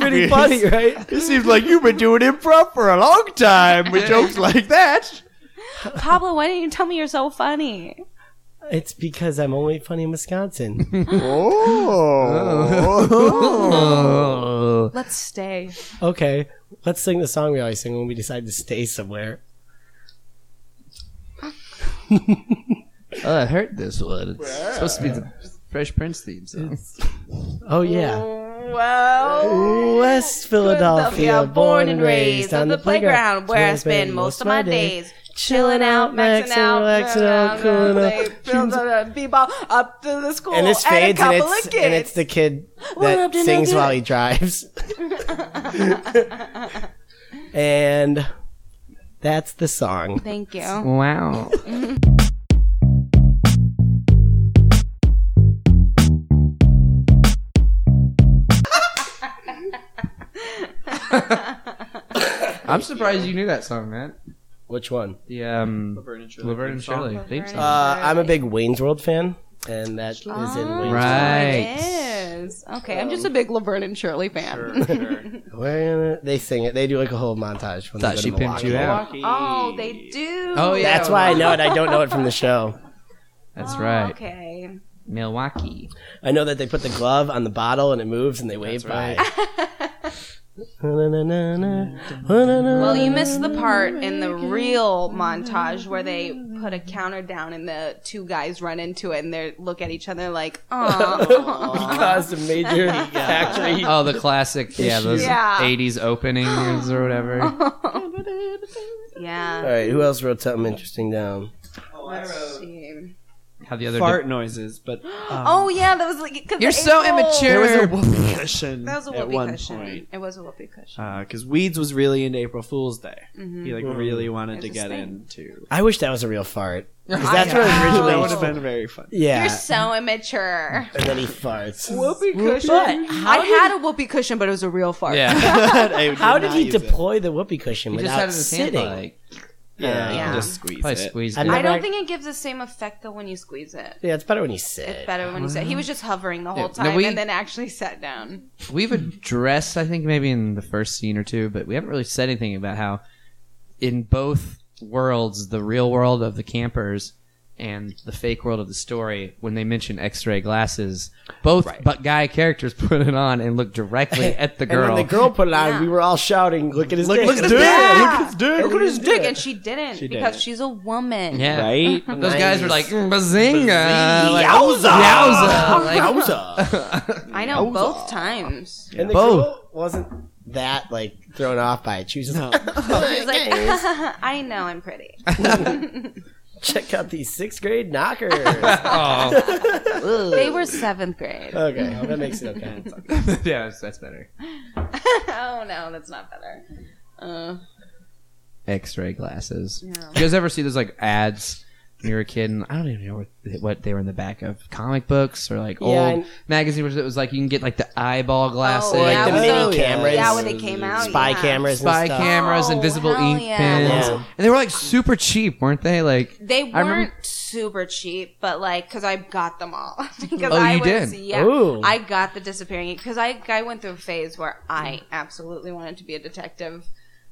S3: Pretty
S1: funny, right?
S3: It seems like you've been doing improv for a long time with jokes like that.
S4: Pablo, why didn't you tell me you're so funny?
S1: It's because I'm only funny in Wisconsin.
S3: Oh.
S5: Oh.
S4: Let's stay.
S1: Okay, let's sing the song we always sing when we decide to stay somewhere.
S5: Oh, I heard this one. It's supposed to be the Fresh Prince theme song.
S1: Oh yeah.
S4: Well,
S1: West Philadelphia, born and raised on the playground where I spend most of my days.
S4: Chilling out, maxing out, maxing out,
S1: cooling
S4: They
S1: out.
S4: build a b-ball up to the school
S1: And this fades,
S4: a
S1: and,
S4: couple
S1: it's
S4: of
S1: and it's
S4: kids.
S1: the kid
S4: What up
S1: that
S4: to no
S1: sings
S4: good?
S1: while he drives. and that's the song.
S4: Thank you.
S5: Wow. I'm surprised you knew that song, man.
S1: Which one?
S5: The um, Laverne and Shirley theme song.
S1: Uh, I'm a big Wayne's World fan, and that is in Wayne's
S5: Ah. Right.
S4: Oh, It is. Okay, I'm just a big Laverne and Shirley fan.
S1: World. Where- They sing it. They do like a whole montage. When they
S5: Thought
S1: go to
S5: she pimped
S1: Milwaukee.
S5: you out.
S4: oh, they do.
S5: Oh, yeah.
S1: That's why I know it. I don't know it from the show.
S5: That's
S4: Oh,
S5: right.
S4: Okay.
S5: Milwaukee.
S1: I know that they put the glove on the bottle and it moves and they wave by.
S4: Well,
S1: Well,
S4: you missed the part in the real montage where they put a counter down and the two guys run into it and they look at each other like, oh.
S1: caused a major factory.
S5: Oh, the classic. Yeah, those
S4: Yeah.
S5: 80s openings or whatever.
S1: All
S4: yeah.
S1: right, who else wrote something interesting down?
S4: Oh, Let's see.
S5: How the other
S3: Fart noises, but
S4: Oh, yeah, that was like. 'cause
S5: You're
S4: the
S5: so
S4: April-
S5: immature.
S3: there was a whoopee cushion
S4: That was a
S3: at
S4: whoopee
S3: one
S4: cushion.
S3: point.
S4: It was a whoopee cushion. Mm-hmm.
S3: Because Weeds was really into April Fool's Day. He like really wanted to
S4: It's his
S3: get
S4: thing.
S3: into.
S1: I wish that was a real fart. 'Cause
S5: I
S1: that's what
S4: know.
S1: originally.
S3: That
S4: Oh.
S3: would have been very fun.
S1: Yeah.
S4: You're so immature.
S1: and then he farts.
S4: Whoopee cushion. I had a whoopee cushion, but it was a real fart.
S5: Yeah.
S3: I did
S1: How did
S3: not
S1: he
S3: use it.
S1: deploy the whoopee cushion
S5: He just had
S1: without
S5: it in his hand,
S1: sitting?
S5: like,
S3: Yeah,
S4: Yeah.
S3: just squeeze
S5: probably
S3: it.
S1: I
S5: squeezed it.
S1: know.
S4: I
S1: Never-
S4: don't think it gives the same effect though when you squeeze it.
S1: yeah, it's better when he
S4: It's
S1: sits.
S4: better when you sit. He was just hovering the whole
S5: Yeah. No,
S4: time
S5: we-
S4: and then actually sat down.
S5: We've addressed, I think, maybe in the first scene or two, but we haven't really said anything about how, in both worlds, the real world of the campers and the fake world of the story, when they mention X-ray glasses, both but guy characters put it on and look directly at the girl.
S1: And when the girl put it on,
S4: Yeah.
S1: we were all shouting, "Look at his
S3: Look
S1: dick!
S3: at his dick! Look at his dick! Look at his dick!
S4: And she didn't because
S3: didn't.
S4: she's a woman.
S5: yeah,
S3: Right?
S5: Those guys were like mm, bazinga, like,
S1: Yowza!
S5: yowza, like,
S1: Yowza!
S4: I know both times.
S1: And the
S5: Both.
S1: girl wasn't that like thrown off by it. She was just like,
S4: She's like, I know I'm pretty.
S1: check out these sixth grade knockers.
S5: oh,
S4: They were seventh grade.
S1: okay, well, that makes it okay.
S5: yeah, that's- that's better.
S4: oh no, that's not better. Uh,
S5: X-ray glasses.
S4: Yeah.
S5: You guys ever see those like ads when you were a kid? And I don't even know what, what they were in the back of comic books or like old
S1: and-
S5: magazines. It was like you can get like the eyeball glasses,
S4: Oh,
S1: Like
S4: yeah,
S1: the
S4: we-
S1: mini
S4: oh, yeah.
S1: cameras,
S4: yeah, when they came out,
S1: spy
S4: yeah.
S1: cameras,
S5: spy
S1: and stuff.
S5: cameras,
S4: Oh,
S5: invisible
S4: hell
S5: ink
S4: yeah.
S5: pens,
S1: Yeah.
S5: and they were like super cheap, weren't they? Like
S4: They
S5: I remember-
S4: weren't super cheap, but like, cause I got them all. because
S5: Oh,
S4: I
S5: you
S4: was,
S5: did?
S4: Yeah,
S1: Ooh.
S4: I got the disappearing ink because I I went through a phase where I absolutely wanted to be a detective.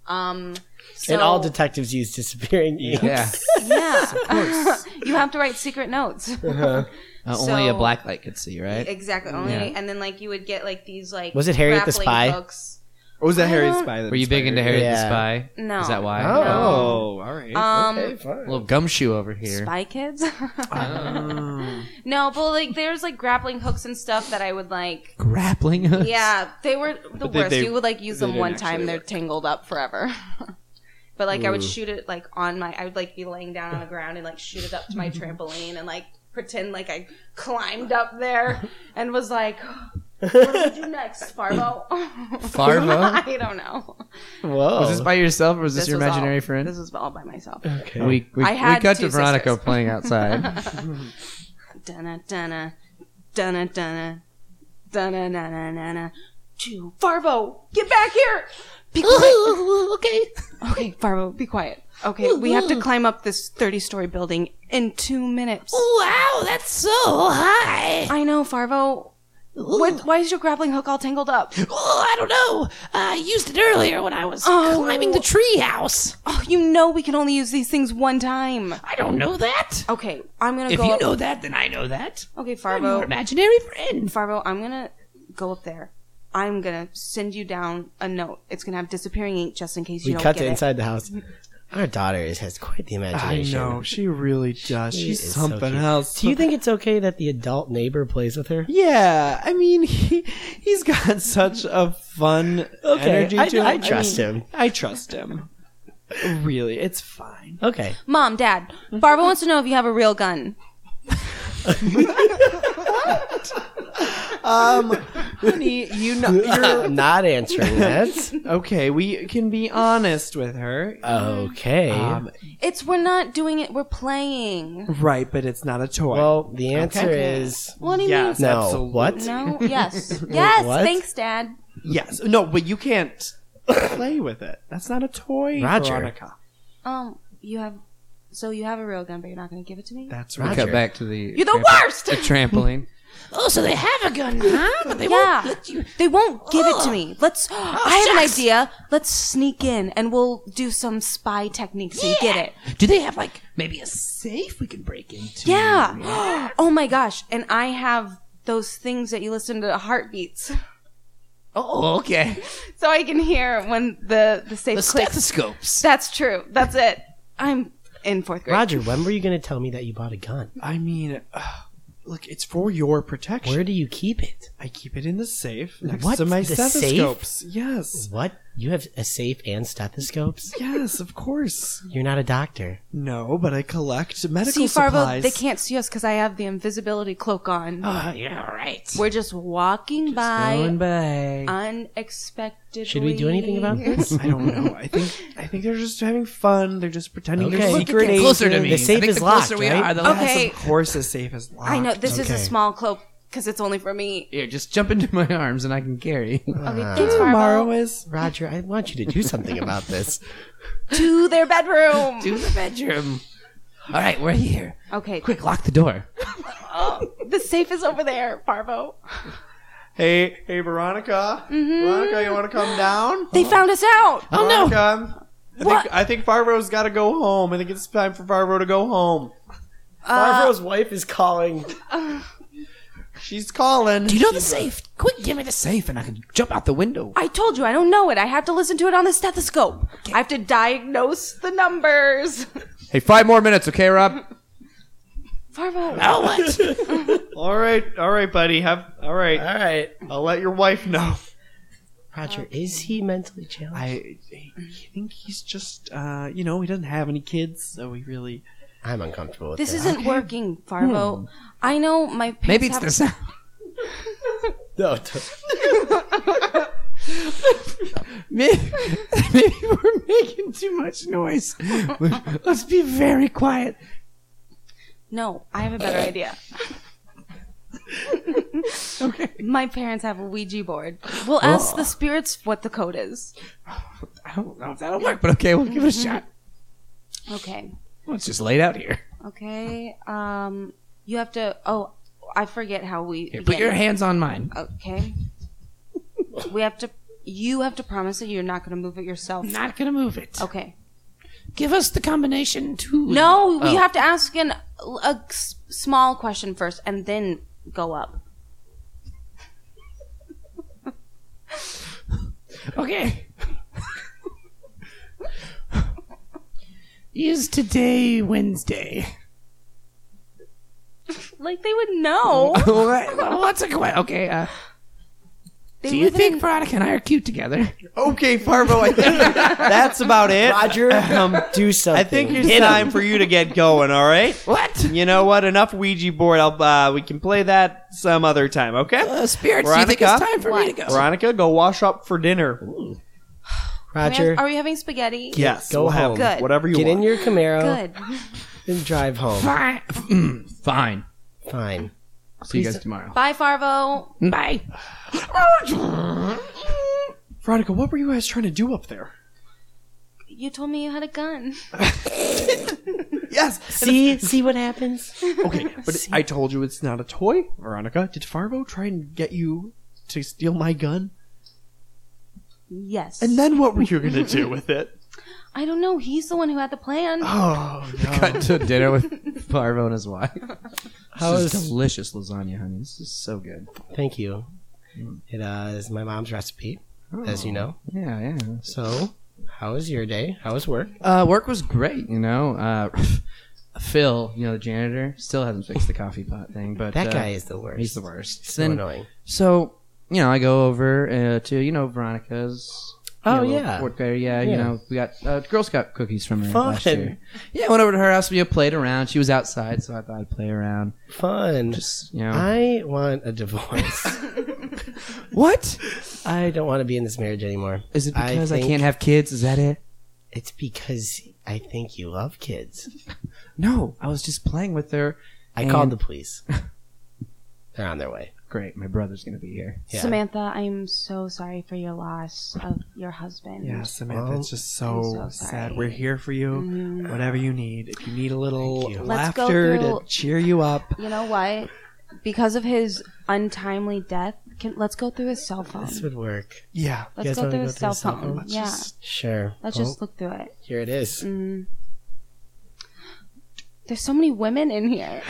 S4: Um, so,
S1: And all detectives use disappearing inks.
S5: yeah,
S4: yeah, you have to write secret notes.
S1: Uh-huh.
S5: Uh, only a
S4: So-
S5: black light could see, right?
S4: Exactly. Only,
S5: Yeah.
S4: and then like you would get like these like
S1: Was it Harriet the
S4: grappling
S1: Spy?
S4: Hooks.
S3: Or was that Harry the
S4: don't-
S3: Spy? that
S2: Were you big
S3: inspired
S2: into Harry
S1: Yeah.
S2: the Spy?
S4: No.
S2: Is that why?
S1: Oh.
S3: Oh, all right.
S4: Um,
S1: okay, fine.
S2: A little gumshoe over here.
S4: Spy Kids.
S1: Uh.
S3: Mm.
S4: no, but like there's like grappling hooks and stuff that I would like.
S2: Grappling
S5: uh,
S2: hooks.
S4: Yeah, they were the
S3: they-
S4: worst.
S3: they-
S4: you would like use
S3: they
S4: them
S3: didn't
S4: one time,
S3: actually
S4: they're
S3: work.
S4: tangled up forever. but like I would shoot it like on my, I would like be laying down on the ground and like shoot it up to my trampoline and like pretend like I climbed up there and was like, "What do we do next, Farvo?"
S2: Farvo?
S4: I don't know.
S1: Whoa.
S2: Was this by yourself or was this, your
S4: was all-
S2: imaginary friend?
S4: This was all by myself.
S1: okay.
S2: we we,
S4: I
S2: we
S4: had
S2: cut to
S4: two
S2: Veronica
S4: sisters.
S2: playing outside.
S4: Dunna dunna dunna dunna dunna na na na to Farvo, get back here. Be quiet. okay. Okay, Farvo, be quiet. Okay, we have to climb up this thirty-story building in two minutes.
S6: Wow, that's so high.
S4: I know, Farvo. What? Why is your grappling hook all tangled up?
S6: Oh, I don't know. Uh, I used it earlier when I was
S4: Oh.
S6: climbing the treehouse.
S4: Oh, you know we can only use these things one time.
S6: I don't know that.
S4: Okay, I'm gonna
S6: If
S4: go.
S6: you
S4: up-
S6: know that, then I know that.
S4: okay,
S6: I'm your
S4: Farvo.
S6: imaginary friend.
S4: Farvo, I'm gonna go up there. I'm gonna send you down a note. It's gonna have disappearing ink just in case you
S1: we
S4: don't
S1: cut
S4: get
S1: to
S4: it.
S1: inside the house. Our daughter is, has quite the
S3: I
S1: imagination.
S3: know she really does.
S1: She
S3: She's
S1: is so
S3: something
S1: cute.
S3: else.
S1: Do you think it's okay that the adult neighbor plays with her?
S3: Yeah, I mean he he's got such a fun energy
S1: I,
S3: to him.
S1: I trust him.
S3: I trust him. Really, it's fine.
S1: Okay.
S4: Mom, Dad, Barbara wants to know if you have a real gun.
S3: Honey, you know you're
S1: Not answering that.
S3: okay. We can be honest with her.
S1: Okay.
S3: Um,
S4: It's we're not doing it, we're playing.
S3: right, but it's not a toy.
S1: well, the answer
S4: Okay.
S1: is
S4: What do you
S3: yes,
S1: no.
S3: absolutely.
S1: What?
S4: mean? No? Yes. Yes.
S1: What?
S4: Thanks, Dad.
S3: Yes, no, but you can't play with it. That's not a toy,
S1: Roger.
S3: Veronica.
S4: Um, you have so you have a real gun, but you're not gonna give it to me?
S3: That's
S2: We
S3: right.
S2: cut back to the
S4: You're the
S2: trampo-
S4: worst!
S2: The trampoline.
S6: Oh, so they have a gun, huh? But they
S4: Yeah.
S6: won't let you.
S4: They won't give it to me. Let's I have an
S6: shucks.
S4: idea. Let's sneak in and we'll do some spy techniques and get it.
S6: Do they have like maybe a safe we can break into?
S4: Yeah. oh my gosh. And I have those things that you listen to heartbeats.
S6: Oh, okay.
S4: So I can hear when the, the safe
S6: The
S4: clicks.
S6: stethoscopes.
S4: That's true. That's it. I'm in fourth grade.
S1: Roger, when were you going to tell me that you bought a gun?
S3: I mean, uh, look, it's for your protection.
S1: Where do you keep it?
S3: I keep it in the safe next
S1: What?
S3: to my
S1: The safe?
S3: stethoscopes. Yes.
S1: What? You have a safe and stethoscopes?
S3: Yes, of course.
S1: You're not a doctor.
S3: No, but I collect medical
S4: See, Farvo,
S3: supplies.
S4: they can't see us because I have the invisibility cloak on.
S6: Oh, yeah, all right.
S4: We're just walking by
S2: by.
S4: unexpectedly.
S1: Should we do anything about this?
S3: I don't know. I think I think they're just having fun. They're just pretending
S1: Okay.
S3: they're
S1: Look,
S3: secret
S1: it
S3: agents.
S2: Closer to me.
S1: The safe
S2: I think
S1: is
S2: the closer
S1: locked,
S2: we
S1: right?
S2: are, the less.
S4: Okay.
S3: Of course, the safe is locked.
S4: I know this is a
S1: Okay.
S4: small cloak because it's only for me.
S2: Here, just jump into my arms and I can carry. you.
S4: Okay, thanks,
S3: Tomorrow
S4: Farvo.
S3: is
S1: Roger, I want you to do something about this.
S4: To their bedroom.
S2: to the bedroom. All right, we're here.
S4: okay, Oh,
S2: Quick, lock the door.
S4: the safe is over there, Farvo.
S3: hey hey Veronica.
S4: Mm-hmm.
S3: Veronica, you want to come down?
S4: They found us out.
S6: Oh, no.
S3: Veronica, I
S4: What?
S3: think I think Farvo's got to go home. I think it's time for Farvo to go home. Uh,
S1: Barbara's wife is calling.
S3: She's calling.
S6: Do you know the safe? Quick, give me the safe.
S2: Safe, and I can jump out the window.
S4: I told you I don't know it. I have to listen to it on the stethoscope. I have to diagnose the numbers.
S2: Hey, five more minutes, okay, Rob?
S4: Farvo.
S6: Oh, what?
S3: All right, all right, buddy. Have all right.
S1: All right.
S3: I'll let your wife know.
S1: Roger, is he mentally challenged?
S3: I, I think he's just, uh, you know, he doesn't have any kids, so he really.
S1: I, am uncomfortable with
S4: This
S1: that.
S4: isn't working, Farvo. I know my parents
S2: Hmm. Maybe it's
S4: have
S2: the sound.
S1: No, don't-
S2: Maybe, maybe we're making too much noise. Let's be very quiet.
S4: No, I have a better idea.
S2: Okay.
S4: My parents have a Ouija board. We'll ask the spirits what the code is.
S2: I don't know if that'll work, but okay, we'll give it a shot.
S4: Okay.
S2: Well, it's just laid out here.
S4: Okay. Um you have to oh I forget how we
S2: Here, put
S4: begin.
S2: your hands on mine.
S4: Okay. we have to you have to promise that you're not gonna move it yourself.
S6: Not gonna move it.
S2: Oh.
S4: Okay.
S6: Give us the combination too.
S4: No,
S2: Oh.
S4: we have to ask an a s- small question first and then go up.
S2: Okay. Is today Wednesday?
S4: Like they would know.
S2: All right. Well, that's a question. Okay. Uh,
S4: They
S2: do you
S4: live
S2: think
S4: in-
S2: Veronica and I are cute together?
S3: Okay, Farbo, I think that's about it.
S1: Roger, do something.
S3: I think it's time for you to get going, all right?
S2: What?
S3: You know what? Enough Ouija board. I'll, uh, we can play that some other time, okay?
S2: Uh, spirits, do you think it's
S3: Veronica?
S2: time for me to go?
S3: Veronica, go wash up for dinner.
S4: Are we
S1: Roger,
S4: ha- Are we having spaghetti?
S3: Yes,
S1: Go
S3: we'll have
S1: home.
S4: Good.
S3: whatever you
S1: get in
S3: want.
S1: your Camaro
S4: Good.
S1: and drive home.
S2: Fine.
S5: Fine.
S1: Fine.
S5: See you guys tomorrow.
S4: Bye, Farvo.
S2: Bye.
S3: Veronica, what were you guys trying to do up there?
S4: You told me you had a gun.
S3: Yes,
S1: See, see what happens.
S3: Okay, but I told you it's not a toy, Veronica. Did Farbo try and get you to steal my gun?
S4: Yes.
S3: And then what were you gonna do with it?
S4: I don't know. He's the one who had the plan.
S3: Oh no!
S5: Cut to dinner with Parvo and his wife.
S1: How
S5: this is
S1: is?
S5: delicious lasagna, honey. This is so good.
S1: Thank you. It uh, is my mom's recipe, as you know.
S5: Yeah, yeah.
S1: So, how was your day? How was work?
S5: Uh, work was great, you know. Uh, Phil, you know, the janitor, still hasn't fixed the coffee pot thing, but
S1: That
S5: uh,
S1: guy is the worst.
S5: he's the worst.
S1: So
S5: Then-
S1: annoying.
S5: So, you know, I go over uh, to, you know, Veronica's. you
S1: Oh
S5: know, little
S1: yeah.
S5: Fort Bear, yeah, you
S1: Yeah.
S5: know, we got uh, Girl Scout cookies from her
S1: Fun.
S5: last year. Yeah, I went over to her house, we played around. She was outside, so I thought I'd play around.
S1: Fun.
S5: Just, you know.
S1: I want a divorce.
S5: what?
S1: I don't want to be in this marriage anymore.
S5: Is it
S1: I
S5: because I,
S1: think-
S5: can't have kids? Is that it?
S1: It's because I think you love kids.
S5: No, I was just playing with her.
S1: I
S5: And-
S1: called the police. They're on their way.
S5: Great, my brother's gonna be here.
S1: Yeah.
S4: Samantha, I'm so sorry for your loss of your husband.
S3: Yeah, Samantha, it's just so,
S4: I'm so
S3: sad.
S4: sorry. Mm-hmm.
S3: We're here for you. Whatever you need. If Mm. you need a little
S1: Thank you.
S4: Let's go
S3: laughter
S4: through-
S3: to cheer you up.
S4: You know what? Because of his untimely death, can, let's go through his cell phone.
S1: This would work.
S3: Yeah.
S1: guys
S4: Let's go
S1: wanna
S4: through
S1: go
S4: his
S1: through
S4: cell
S1: his cell phone?
S4: phone.
S3: Let's
S4: Yeah.
S3: just-
S1: Sure.
S4: Let's
S1: Well,
S4: just look through it.
S1: Here it is.
S4: Mm. There's so many women in here.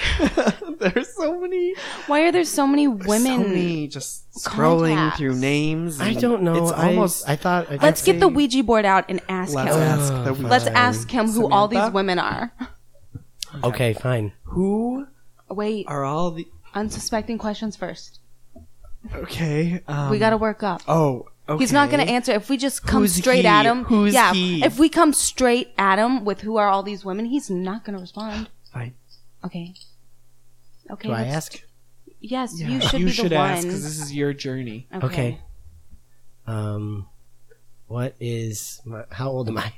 S3: There's so many
S4: Why are there so many
S3: women
S4: women?
S3: just scrolling
S4: contacts.
S3: through names.
S1: I
S3: and
S1: don't know.
S3: It's almost
S1: I, I thought. I
S4: Let's get the
S1: week.
S4: Ouija board out and ask
S3: let's
S4: him.
S3: ask
S1: Oh,
S3: that we
S4: Let's
S1: fine.
S4: ask him who all these
S3: Samantha?
S4: women are.
S1: Okay, fine.
S3: who
S4: Wait,
S3: are all the
S4: unsuspecting questions first.
S3: Okay. Um,
S4: we got to work up.
S3: Oh, okay.
S4: He's not going to answer if we just come
S3: Who's
S4: straight
S3: he?
S4: at him.
S3: Who's
S4: yeah,
S3: he?
S4: if we come straight at him with who are all these women, he's not going to respond.
S3: Fine.
S4: Okay. Okay.
S1: Do I
S4: let's-
S1: ask?
S4: Yes, you should be the
S3: ask
S4: one.
S3: because this is your journey.
S1: Okay. Um, what is my, how old am I?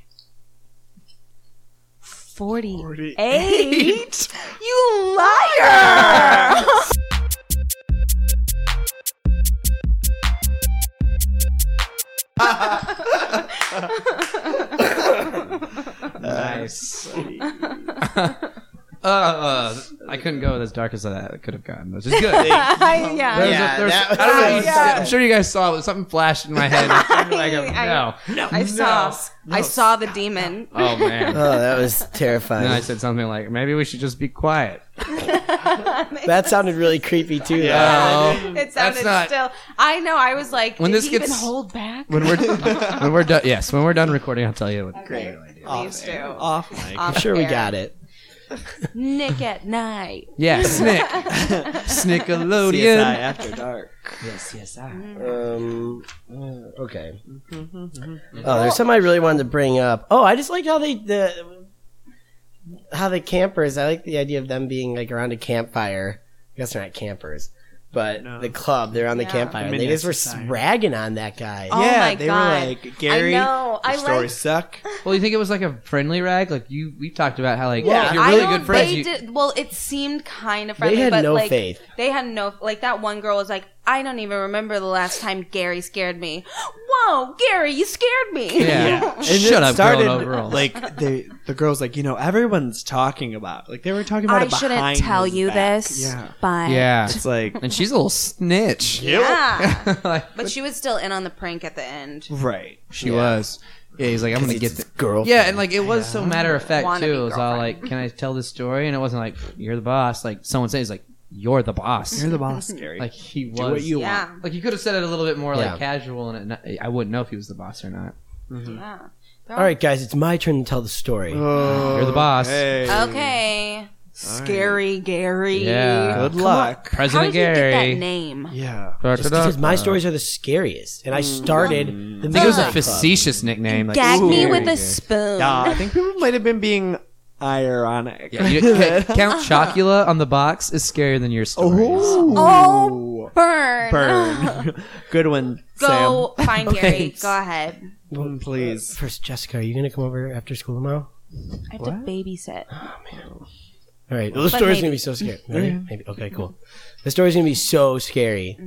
S4: 48. you liar!
S5: Nice. uh, I couldn't go as dark as I could have gotten, which is good. There
S4: I, yeah.
S5: was a-
S3: Yeah,
S5: there was-
S3: that
S5: I don't know,
S3: was-
S5: you- I'm sure you guys saw it. Something flashed in my head. like,
S4: I-
S5: no.
S4: I saw. I saw the demon.
S5: Oh, man.
S1: Oh, that was
S5: And
S1: terrifying.
S5: then I said something like, maybe we should just be quiet.
S1: that sounded really creepy too.
S5: Oh.
S4: It
S5: That's
S4: sounded
S5: not-
S4: still. I know. I was like,
S5: When
S4: did
S5: this
S4: he
S5: gets-
S4: even hold back?
S5: When we're when we're done, yes, when we're done recording, I'll tell you what. Great.
S4: Please do.
S3: Off mic.
S1: I'm sure we got it.
S4: Nick at night.
S5: Yeah, Snick,
S3: CSI
S5: Snickelodeon.
S3: after dark.
S1: Um, uh, okay. Oh, there's something I really wanted to bring up. Oh, I just like how they the how the campers. I like the idea of them being like around a campfire. I guess they're not campers, but
S3: No.
S1: the club. They're on the
S4: Yeah.
S1: campfire. and they
S3: Midnight
S1: just were
S3: Society.
S1: ragging on that guy.
S4: Oh
S3: yeah,
S4: my
S3: they
S4: God.
S3: were like Gary.
S4: I know.
S3: Your
S4: I
S3: stories
S4: like.
S3: suck.
S5: Well, you think it was like a friendly rag? Like you, we talked about how like
S1: Yeah.
S5: if you're
S4: I
S5: really
S4: don't-
S5: good friends.
S4: They
S5: You,
S4: did, well, it seemed kind of
S1: They
S4: friendly,
S1: had
S4: but
S1: no
S4: like
S1: faith.
S4: they had no like that one girl was like, I don't even remember the last time Gary scared me. Whoa, Gary, you scared me.
S5: yeah.
S3: And it
S5: Shut up,
S3: started,
S5: girl. Overall.
S3: Like they, the girls, like you know, everyone's talking about. Like they were talking about.
S4: I
S3: it behind
S4: shouldn't tell
S3: his
S4: you
S3: back.
S4: this,
S3: Yeah.
S4: but
S5: yeah.
S3: It's like
S5: And she's a little snitch.
S4: yeah.
S5: like,
S4: But she was still in on the prank at the end.
S3: right.
S5: she was. Yeah, he's like, I'm gonna get
S1: this
S5: the
S1: girl.
S5: Yeah, and like it was so matter of fact
S4: Wannabe
S5: too. It was all
S4: girlfriend.
S5: like, can I tell this story? And it wasn't like you're the boss. Like someone said, he's like, you're the boss.
S3: You're the boss, Gary.
S5: Like he was.
S3: do what you want.
S4: Yeah.
S5: like you could have said it a little bit more
S1: Yeah.
S5: like casual, and it not, I wouldn't know if he was the boss or not.
S4: Yeah.
S1: All right, guys, it's my turn to tell the story.
S3: Oh,
S5: You're the boss.
S3: hey.
S4: Okay. Scary Gary.
S5: Yeah.
S3: Good luck.
S4: How
S5: President
S4: did you get that
S5: Gary.
S4: name?
S3: Yeah.
S1: Just because my stories are the scariest, and I
S4: Mm.
S1: started the
S5: I think it was a
S1: Midnight Club.
S5: facetious nickname. Like,
S4: Gag me
S5: Scary
S4: with a
S5: Gary.
S4: spoon.
S3: Nah, I think people might have been being ironic.
S5: Yeah, you- Ca- Count Chocula on the box is scarier than your stories.
S4: Oh. Burn.
S3: burn. Good one,
S4: Go find Gary.
S3: Thanks.
S4: Go ahead.
S3: Sam. Please.
S1: First, Jessica, are you going to come over after school tomorrow?
S4: I have to babysit.
S1: All right. Well, this story's
S4: maybe.
S1: going to be so scary. Ready? Maybe. Okay, cool. This story's going to be so scary.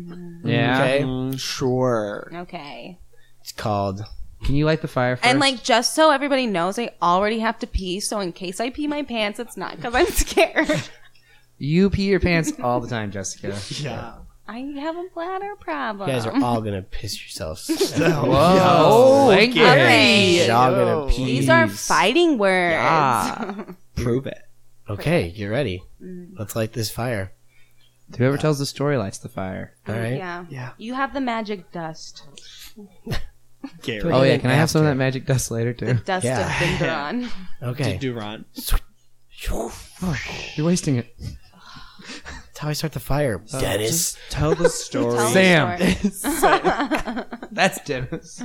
S5: Yeah.
S1: Okay.
S3: Mm, sure.
S4: Okay.
S1: It's called.
S5: Can you light the fire first?
S4: And like, just so everybody knows, I already have to pee. So in case I pee my pants, it's not because I'm scared.
S5: you pee your pants all the time, Jessica.
S3: Yeah.
S4: I have a bladder problem.
S1: You guys are all going to piss yourselves.
S3: Oh,
S5: Whoa, Oh, thank you.
S4: Okay.
S1: You're all going to pee.
S4: These are fighting words.
S3: Prove it.
S1: Okay, you ready. Let's light this fire.
S5: Whoever tells the story lights the fire.
S1: All right.
S4: Yeah.
S3: Yeah.
S4: You have the magic dust.
S3: Gary.
S1: Put
S5: Oh
S1: it
S5: yeah,
S1: in
S5: can I have some of that
S1: after.
S5: magic dust later
S4: The
S5: too?
S4: dust
S1: Yeah.
S4: of Binderon.
S1: Okay.
S3: Durant.
S5: You're wasting it.
S1: That's how I start the fire. Dennis.
S3: Tell the story.
S4: Tell
S5: Sam.
S4: the story.
S5: That's Dennis.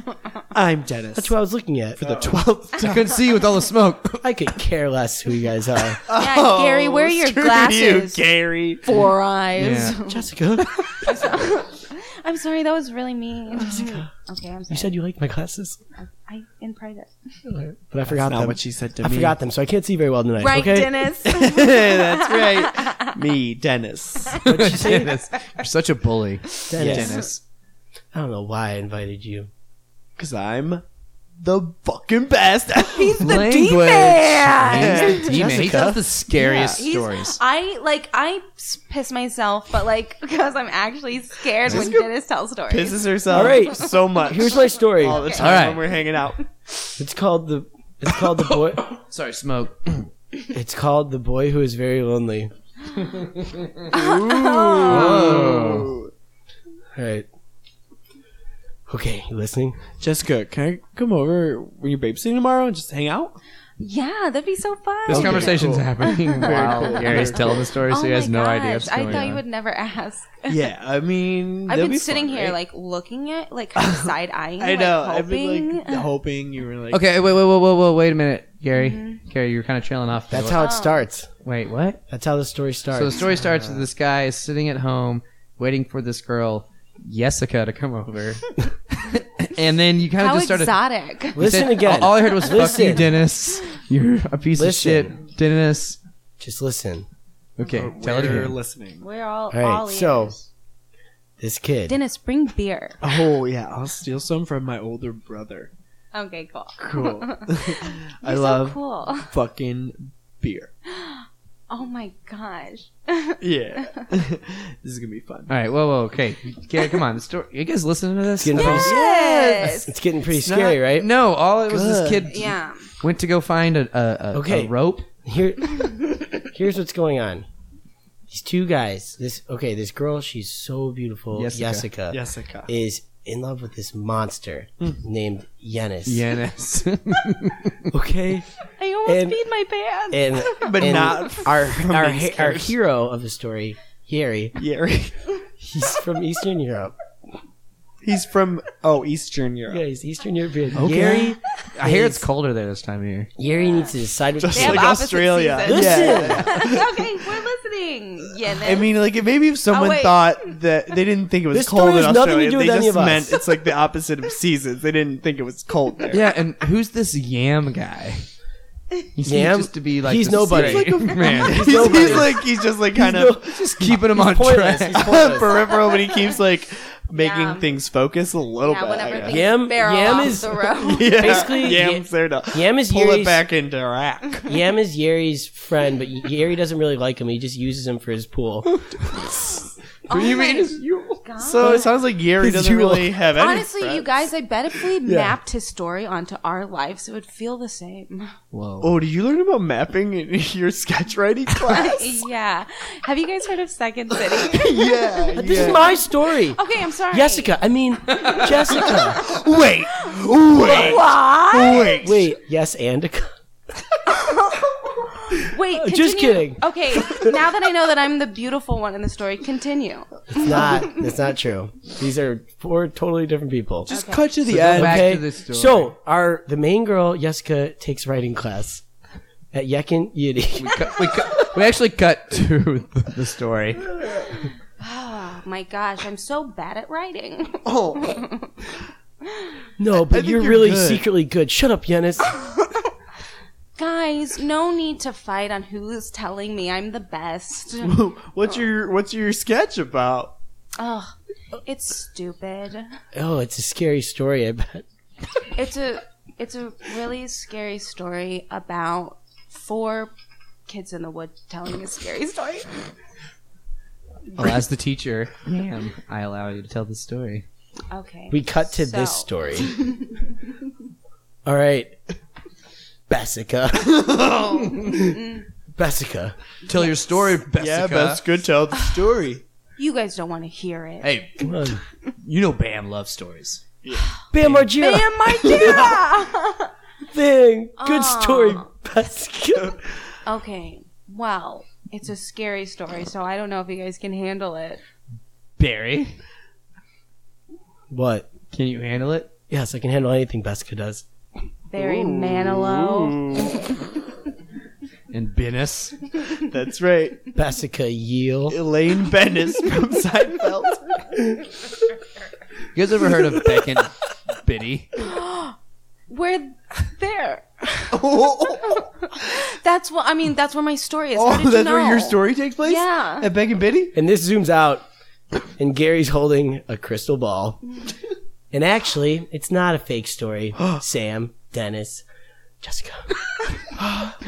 S3: I'm Dennis.
S1: That's what I was looking at. For the tw-
S3: Twelfth.
S5: I couldn't see you with all the smoke.
S1: I could care less who you guys are.
S4: Yeah, Gary, where are
S1: Oh,
S4: your glasses?
S3: Gary.
S4: Four eyes.
S1: Jessica,
S4: I'm sorry, that was really mean. Okay, I'm
S1: you
S4: sorry.
S1: said you liked my glasses,
S4: I in private.
S1: but I forgot
S3: Not
S1: them.
S3: what she said to
S1: I
S3: me.
S1: forgot them, so I can't see very well tonight.
S4: Right,
S1: okay?
S4: Dennis.
S3: That's right. Me, Dennis.
S5: Dennis. You're such a bully.
S1: Dennis.
S5: Dennis.
S1: I don't know why I invited you.
S3: Because I'm the fucking best. He's
S5: Language. He's the demon. He tells the scariest
S4: He's-
S5: stories.
S4: I like I s- piss myself, but like because I'm actually scared when Dennis tells stories.
S3: pisses herself
S1: All right.
S3: so much.
S1: Here's my story.
S3: all the time
S5: All right.
S3: when we're hanging out.
S1: It's called the. It's called the boy.
S5: Sorry, smoke.
S1: It's called the boy who is very lonely.
S5: Oh.
S1: All right. Okay, you listening?
S3: Jessica, can I come over when you're babysitting tomorrow and just hang out?
S4: yeah, that'd be so fun.
S5: This conversation's happening while
S3: cool.
S5: Gary's telling the story, so
S4: Oh
S5: he has
S4: my
S5: no
S4: gosh,
S5: idea what's
S4: I
S5: going
S4: thought
S5: on.
S4: you would never ask.
S3: Yeah, I mean,
S4: I've
S3: that'd
S4: been
S3: be
S4: sitting
S3: fun,
S4: here
S3: right?
S4: like looking at like side eyeing.
S3: I know.
S4: Like,
S3: I've been like
S4: hoping.
S3: hoping you were like.
S5: Okay, wait, wait, wait, wait, wait, wait a minute, Gary.
S4: Mm-hmm.
S5: Gary, you're kind of trailing off.
S1: That's how it starts.
S5: Wait, what?
S1: That's how the story starts.
S5: So the story starts with this guy is sitting at home waiting for this girl, Jessica, to come over, and then you kind of
S4: How
S5: just started.
S4: exotic.
S5: you said- "Oh,
S1: Listen again.
S5: All I heard was "fuck you,
S1: Listen.
S5: Dennis. You're a piece
S1: Listen.
S5: of shit, Dennis."
S1: Just listen.
S5: Okay,
S3: But
S5: tell it
S3: we're
S5: again.
S3: listening.
S4: We're all
S1: All right,
S4: all
S1: so-
S4: ears.
S1: This kid.
S4: Dennis, bring beer.
S3: Oh yeah, I'll steal some from my older brother.
S4: Okay, cool.
S3: Cool. I
S4: You're so
S3: love
S4: cool.
S3: fucking beer.
S4: Oh my gosh.
S3: Yeah, this is gonna be fun.
S5: All right, whoa, whoa, okay, Gary, come on. The story. You guys listening to this?
S1: It's getting pretty,
S4: Yes.
S1: it's getting pretty scary, right?
S5: No, all it was this
S3: Good.
S5: kid
S4: Yeah.
S5: went to go find a, a, a,
S1: Okay.
S5: a rope.
S1: Here, here's what's going on. These two guys. This okay. This girl. She's so beautiful.
S5: Jessica.
S1: Jessica,
S3: Jessica.
S1: is in love with this monster named Yenis.
S5: Dennis.
S1: Okay.
S4: I almost
S1: And-
S4: peed my pants.
S1: And
S3: But
S1: and
S3: not
S1: our our
S3: being
S1: he- our
S3: scared.
S1: hero of the story, Yeri.
S3: Gary.
S1: He's from Eastern Europe.
S3: He's from oh Eastern Europe.
S1: Yeah, he's Eastern European.
S5: Okay.
S1: Yeri.
S5: I hear it's colder there this time of year.
S1: Yeri needs to decide what
S3: Just
S1: she
S4: have
S3: like
S4: opposite
S3: Australia.
S4: seasons.
S3: Yeah.
S4: okay, we're listening. Yeah.
S3: I mean, like if maybe if someone
S4: Oh, wait.
S3: thought that they didn't think it was
S1: This
S3: cold
S1: story
S3: in
S1: has nothing to
S3: Australia,
S1: do
S3: they
S1: with any
S3: just
S1: of us.
S3: meant it's like the opposite of seasons. They didn't think it was cold there.
S5: Yeah, and who's this Yam guy? He seems
S1: Yam?
S5: just to be like
S1: He's
S5: this
S1: nobody.
S5: straight man.
S3: he's, he's like he's just like kind of
S5: just keeping him on
S1: pointless.
S5: track.
S1: He's
S3: peripheral, but he keeps like making
S4: Yeah.
S3: things focus a little
S4: yeah,
S3: bit. I
S4: whenever
S3: guess.
S4: things
S1: Yam-
S4: barrel
S1: Yam
S4: off
S1: is-
S4: the road.
S3: yeah,
S1: Basically,
S3: yams there to
S1: Yam is
S3: pull it
S1: Yeri's
S3: back into rack.
S1: Yam is Yeri's friend, but Yeri doesn't really like him. He just uses him for his pool.
S4: oh my
S5: you?
S4: god.
S3: So it sounds like Gary doesn't
S1: Zero.
S3: really have any.
S4: Honestly, you
S3: friends.
S4: guys, I bet if we mapped his story onto our lives, it would feel the same.
S2: Whoa.
S3: Oh, did you learn about mapping in your sketch writing class?
S4: yeah. Have you guys heard of Second City?
S3: yeah,
S1: This is my story.
S4: okay, I'm sorry.
S1: Jessica, I mean, Jessica.
S3: Wait, wait,
S4: What?
S3: wait.
S1: Wait, yes, and
S4: Wait, continue.
S1: Just kidding.
S4: Okay, now that I know that I'm the beautiful one in the story, continue.
S1: it's not. It's not true. These are four totally different people.
S3: Just cut to the
S2: go
S3: end.
S2: back
S1: okay.
S2: to the story.
S1: So our the main girl Jessica takes writing class at Yekin Yiddy.
S2: Cut- we, cut, we actually cut to the, the story.
S4: Oh my gosh, I'm so bad at writing.
S3: Oh,
S1: No, but
S3: think
S1: you're,
S3: you're
S1: really
S3: good.
S1: secretly good. Shut up, Yenis.
S4: Guys, no need to fight on who's telling me I'm the best.
S3: Oh, what's your what's your sketch about?
S4: Ugh, it's stupid.
S1: oh, it's a scary story. I bet.
S4: It's a it's a really scary story about four kids in the wood telling a scary story.
S2: I'll ask the teacher. Ma'am, I allow you to tell the story.
S4: Okay.
S1: We cut to this
S4: So-
S1: story. All right, Bessica. Bessica.
S2: Tell your story, Bessica.
S3: Yeah, best good tell the story.
S4: You guys don't want to hear it.
S2: Hey,
S1: Come on.
S2: you know Bam loves stories.
S1: Bam Margera
S4: Damn my dear!
S1: thing. Good story,
S4: Aw.
S1: Bessica.
S4: okay. Well, it's a scary story, so I don't know if you guys can handle it.
S2: Barry,
S1: What?
S2: can you handle it?
S1: Yes, I can handle anything Bessica does.
S4: Barry Manilow.
S2: And Bennis.
S3: That's right,
S1: Bessica Yiel.
S3: Elaine Bennis from Seinfeld.
S2: You guys ever heard of Beck and Biddy?
S4: We're there. That's what I mean. That's where my story is. How
S3: Oh,
S4: did you
S3: that's where
S4: know?
S3: your story takes place?
S4: Yeah.
S3: At Beck and Biddy?
S1: And this zooms out, and Gary's holding a crystal ball. And actually, it's not a fake story. Sam, Dennis, Jessica.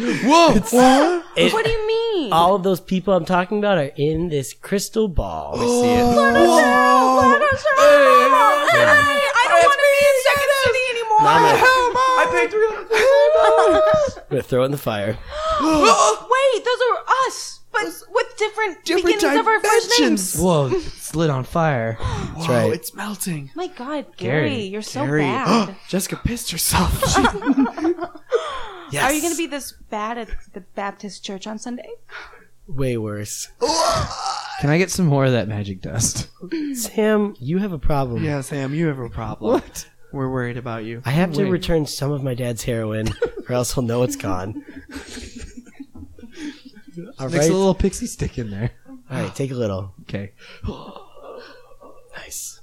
S2: Whoa!
S1: It-
S4: What do you mean?
S3: Oh.
S1: all of those people I'm talking about are in this crystal ball.
S4: I don't want to be in second city anymore.
S3: I paid three
S1: I'm
S3: hundred.
S1: gonna throw it in the fire.
S4: Wait, those are us, but with different, beginnings of our first names.
S2: Whoa, it's lit on fire.
S1: That's right.
S3: It's melting.
S4: My God, Gary,
S2: Gary,
S4: you're so bad.
S3: Jessica pissed herself. She-
S4: Are you going to be this bad at the Baptist church on Sunday?
S1: Way worse.
S2: Can I get some more of that magic dust?
S1: Sam, you have a problem.
S3: yeah, Sam, you have a problem. What? We're worried about you.
S1: I have to return some of my dad's heroin, or else he'll know it's gone. all
S2: Mix
S1: right,
S2: a little pixie stick in there.
S1: all right, take a little.
S2: Okay.
S1: Nice.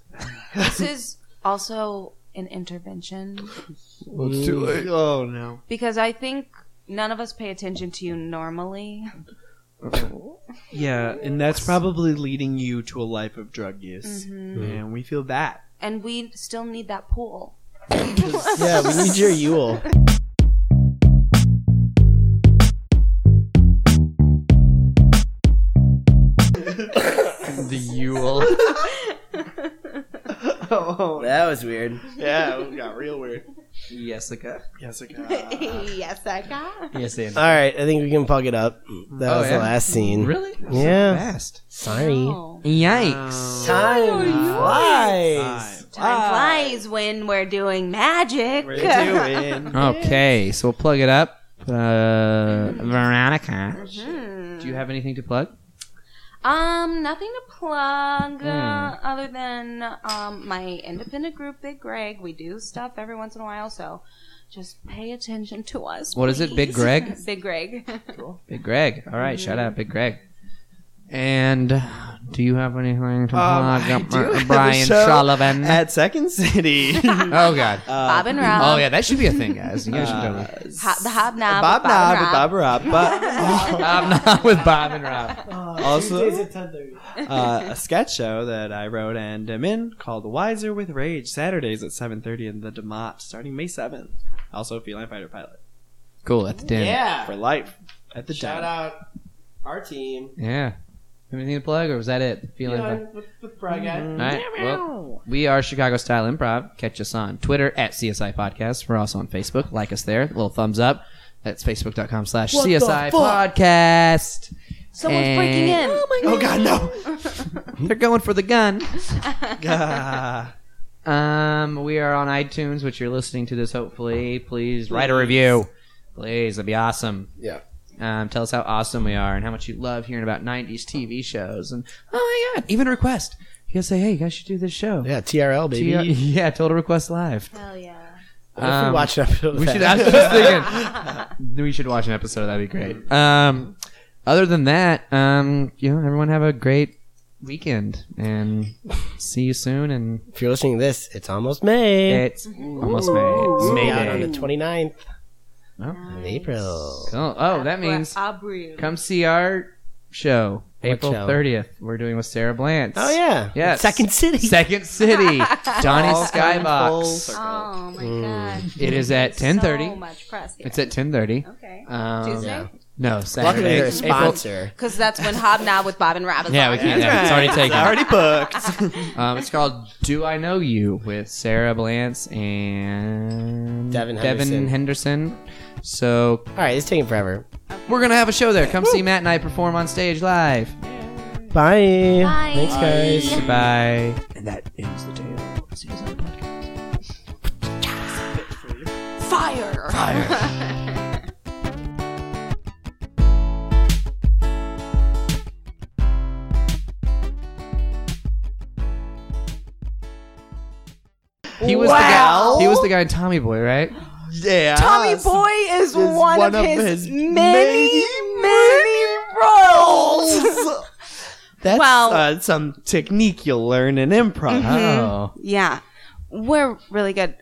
S4: This is also an intervention
S3: Oh no.
S4: because I think none of us pay attention to you normally.
S3: Yeah, and that's probably leading you to a life of drug use.
S4: Mm-hmm.
S3: And we feel that.
S4: And we still need that pool.
S1: Yeah, we need your Yule.
S2: The Yule.
S3: Oh
S1: That was weird.
S3: yeah, it got real weird.
S2: Jessica.
S3: Jessica.
S4: yes, I got.
S2: Yes, and
S1: All right, I think we can plug it up. That
S2: Oh,
S1: was
S2: yeah?
S1: the last scene.
S2: Really?
S1: Yeah.
S2: Fast.
S1: Sorry.
S2: Yikes.
S1: Time flies.
S3: Nice.
S4: Time flies when we're doing magic.
S3: doing.
S2: Okay, so we'll plug it up. Uh, Veronica, do you have anything to plug?
S4: Hmm. Um, nothing to plug uh,
S2: Hmm.
S4: other than um, my independent group, Big Greg. We do stuff every once in a while, so just pay attention to us.
S2: What is it, Big
S4: please.
S2: Greg? Uh,
S4: Big Greg.
S2: Big Greg. All right, shout out, Big Greg. And uh, do you have anything to
S3: Um,
S2: plug?
S3: I
S2: Uh,
S3: do have a
S2: Brian
S3: show
S2: Sullivan.
S3: At Second City. Uh,
S2: oh God.
S4: Bob and Rob.
S2: oh yeah, that should be a thing, guys. You guys should know that.
S4: Ho- the hobnob.
S3: Bob
S4: Bob,
S3: Knob
S4: and
S3: with
S4: Rob.
S3: Bob Rob. But
S2: I'm not with Bob and Rob.
S3: also uh, a sketch show that I wrote and am in called Wiser with Rage, Saturdays at 7.30 in the DeMott, starting May 7th. Also Feline Fighter Pilot.
S2: Cool at the den.
S3: For life. At the Shout
S1: out our team.
S2: Yeah.
S5: Anything to plug, or was that it? Feeling
S1: Yeah, with, with Bry guy.
S5: All right. Well, we are Chicago Style Improv. Catch us on Twitter at CSI Podcast. We're also on Facebook. Like us there. Little thumbs up. That's facebook.com slash
S1: What the
S5: CSI
S1: fuck?
S5: Podcast.
S4: Someone's breaking in.
S5: And-
S3: Oh God, no!
S5: They're going for the gun.
S3: Ah.
S5: Um, we are on iTunes, which you're listening to this. Hopefully, please write a review. Please, it'd be awesome.
S1: Yeah.
S5: Um, tell us how awesome we are and how much you love hearing about '90s TV shows. And oh my God, even a request. You guys say, "Hey, you guys should do this show."
S1: Yeah, TRL baby.
S5: Yeah, yeah, Total Request Live.
S4: Hell yeah.
S1: What if we
S5: Um,
S1: watch an episode of
S5: We
S1: that?
S5: should. I was just thinking we should watch an episode. That'd be great. Um, other than that, um, you know, everyone have a great weekend and see you soon. And
S1: if you're listening to this, it's almost May.
S5: it's almost May. It's May
S1: May out on
S5: Day.
S1: the 29th
S5: Oh.
S1: of April.
S5: Cool. Oh, that means
S4: Abril.
S5: come see our show
S1: What
S5: April
S1: show?
S5: 30th. We're doing with Sarah Blance.
S1: Oh, yeah.
S5: Yes.
S1: Second City.
S5: Second City, Johnny
S3: All coming full
S5: Skybox.
S3: circle.
S4: Oh my god.
S5: It is at 10:30.
S4: So much press. Here.
S5: It's at ten thirty.
S4: okay.
S5: Um,
S4: Tuesday?
S5: No,
S1: Luckily,
S5: Saturday.
S1: they're a
S5: April-
S1: sponsor.
S4: Because Oh, that's when Hobnob with Bob and Rob is
S5: Yeah,
S4: on.
S5: we can't. yeah, It's already taken.
S3: already booked.
S5: Um, it's called "Do I Know You" with Sarah Blance and
S1: Devin Henderson.
S5: Henderson. So
S1: All right, it's taking forever.
S5: we're gonna have a show there. Come see Matt and I perform on stage live.
S1: Bye.
S4: Bye.
S1: Thanks, guys.
S5: Bye.
S4: Fire.
S5: He was the guy. He was the guy in Tommy Boy, right?
S3: yeah.
S4: Tommy Boy is, one,
S3: one
S4: of,
S3: of
S4: his,
S3: his
S4: many, many, roles.
S3: That's
S4: Well-
S3: uh, some technique you'll learn in improv.
S5: Oh.
S4: Yeah, we're really good.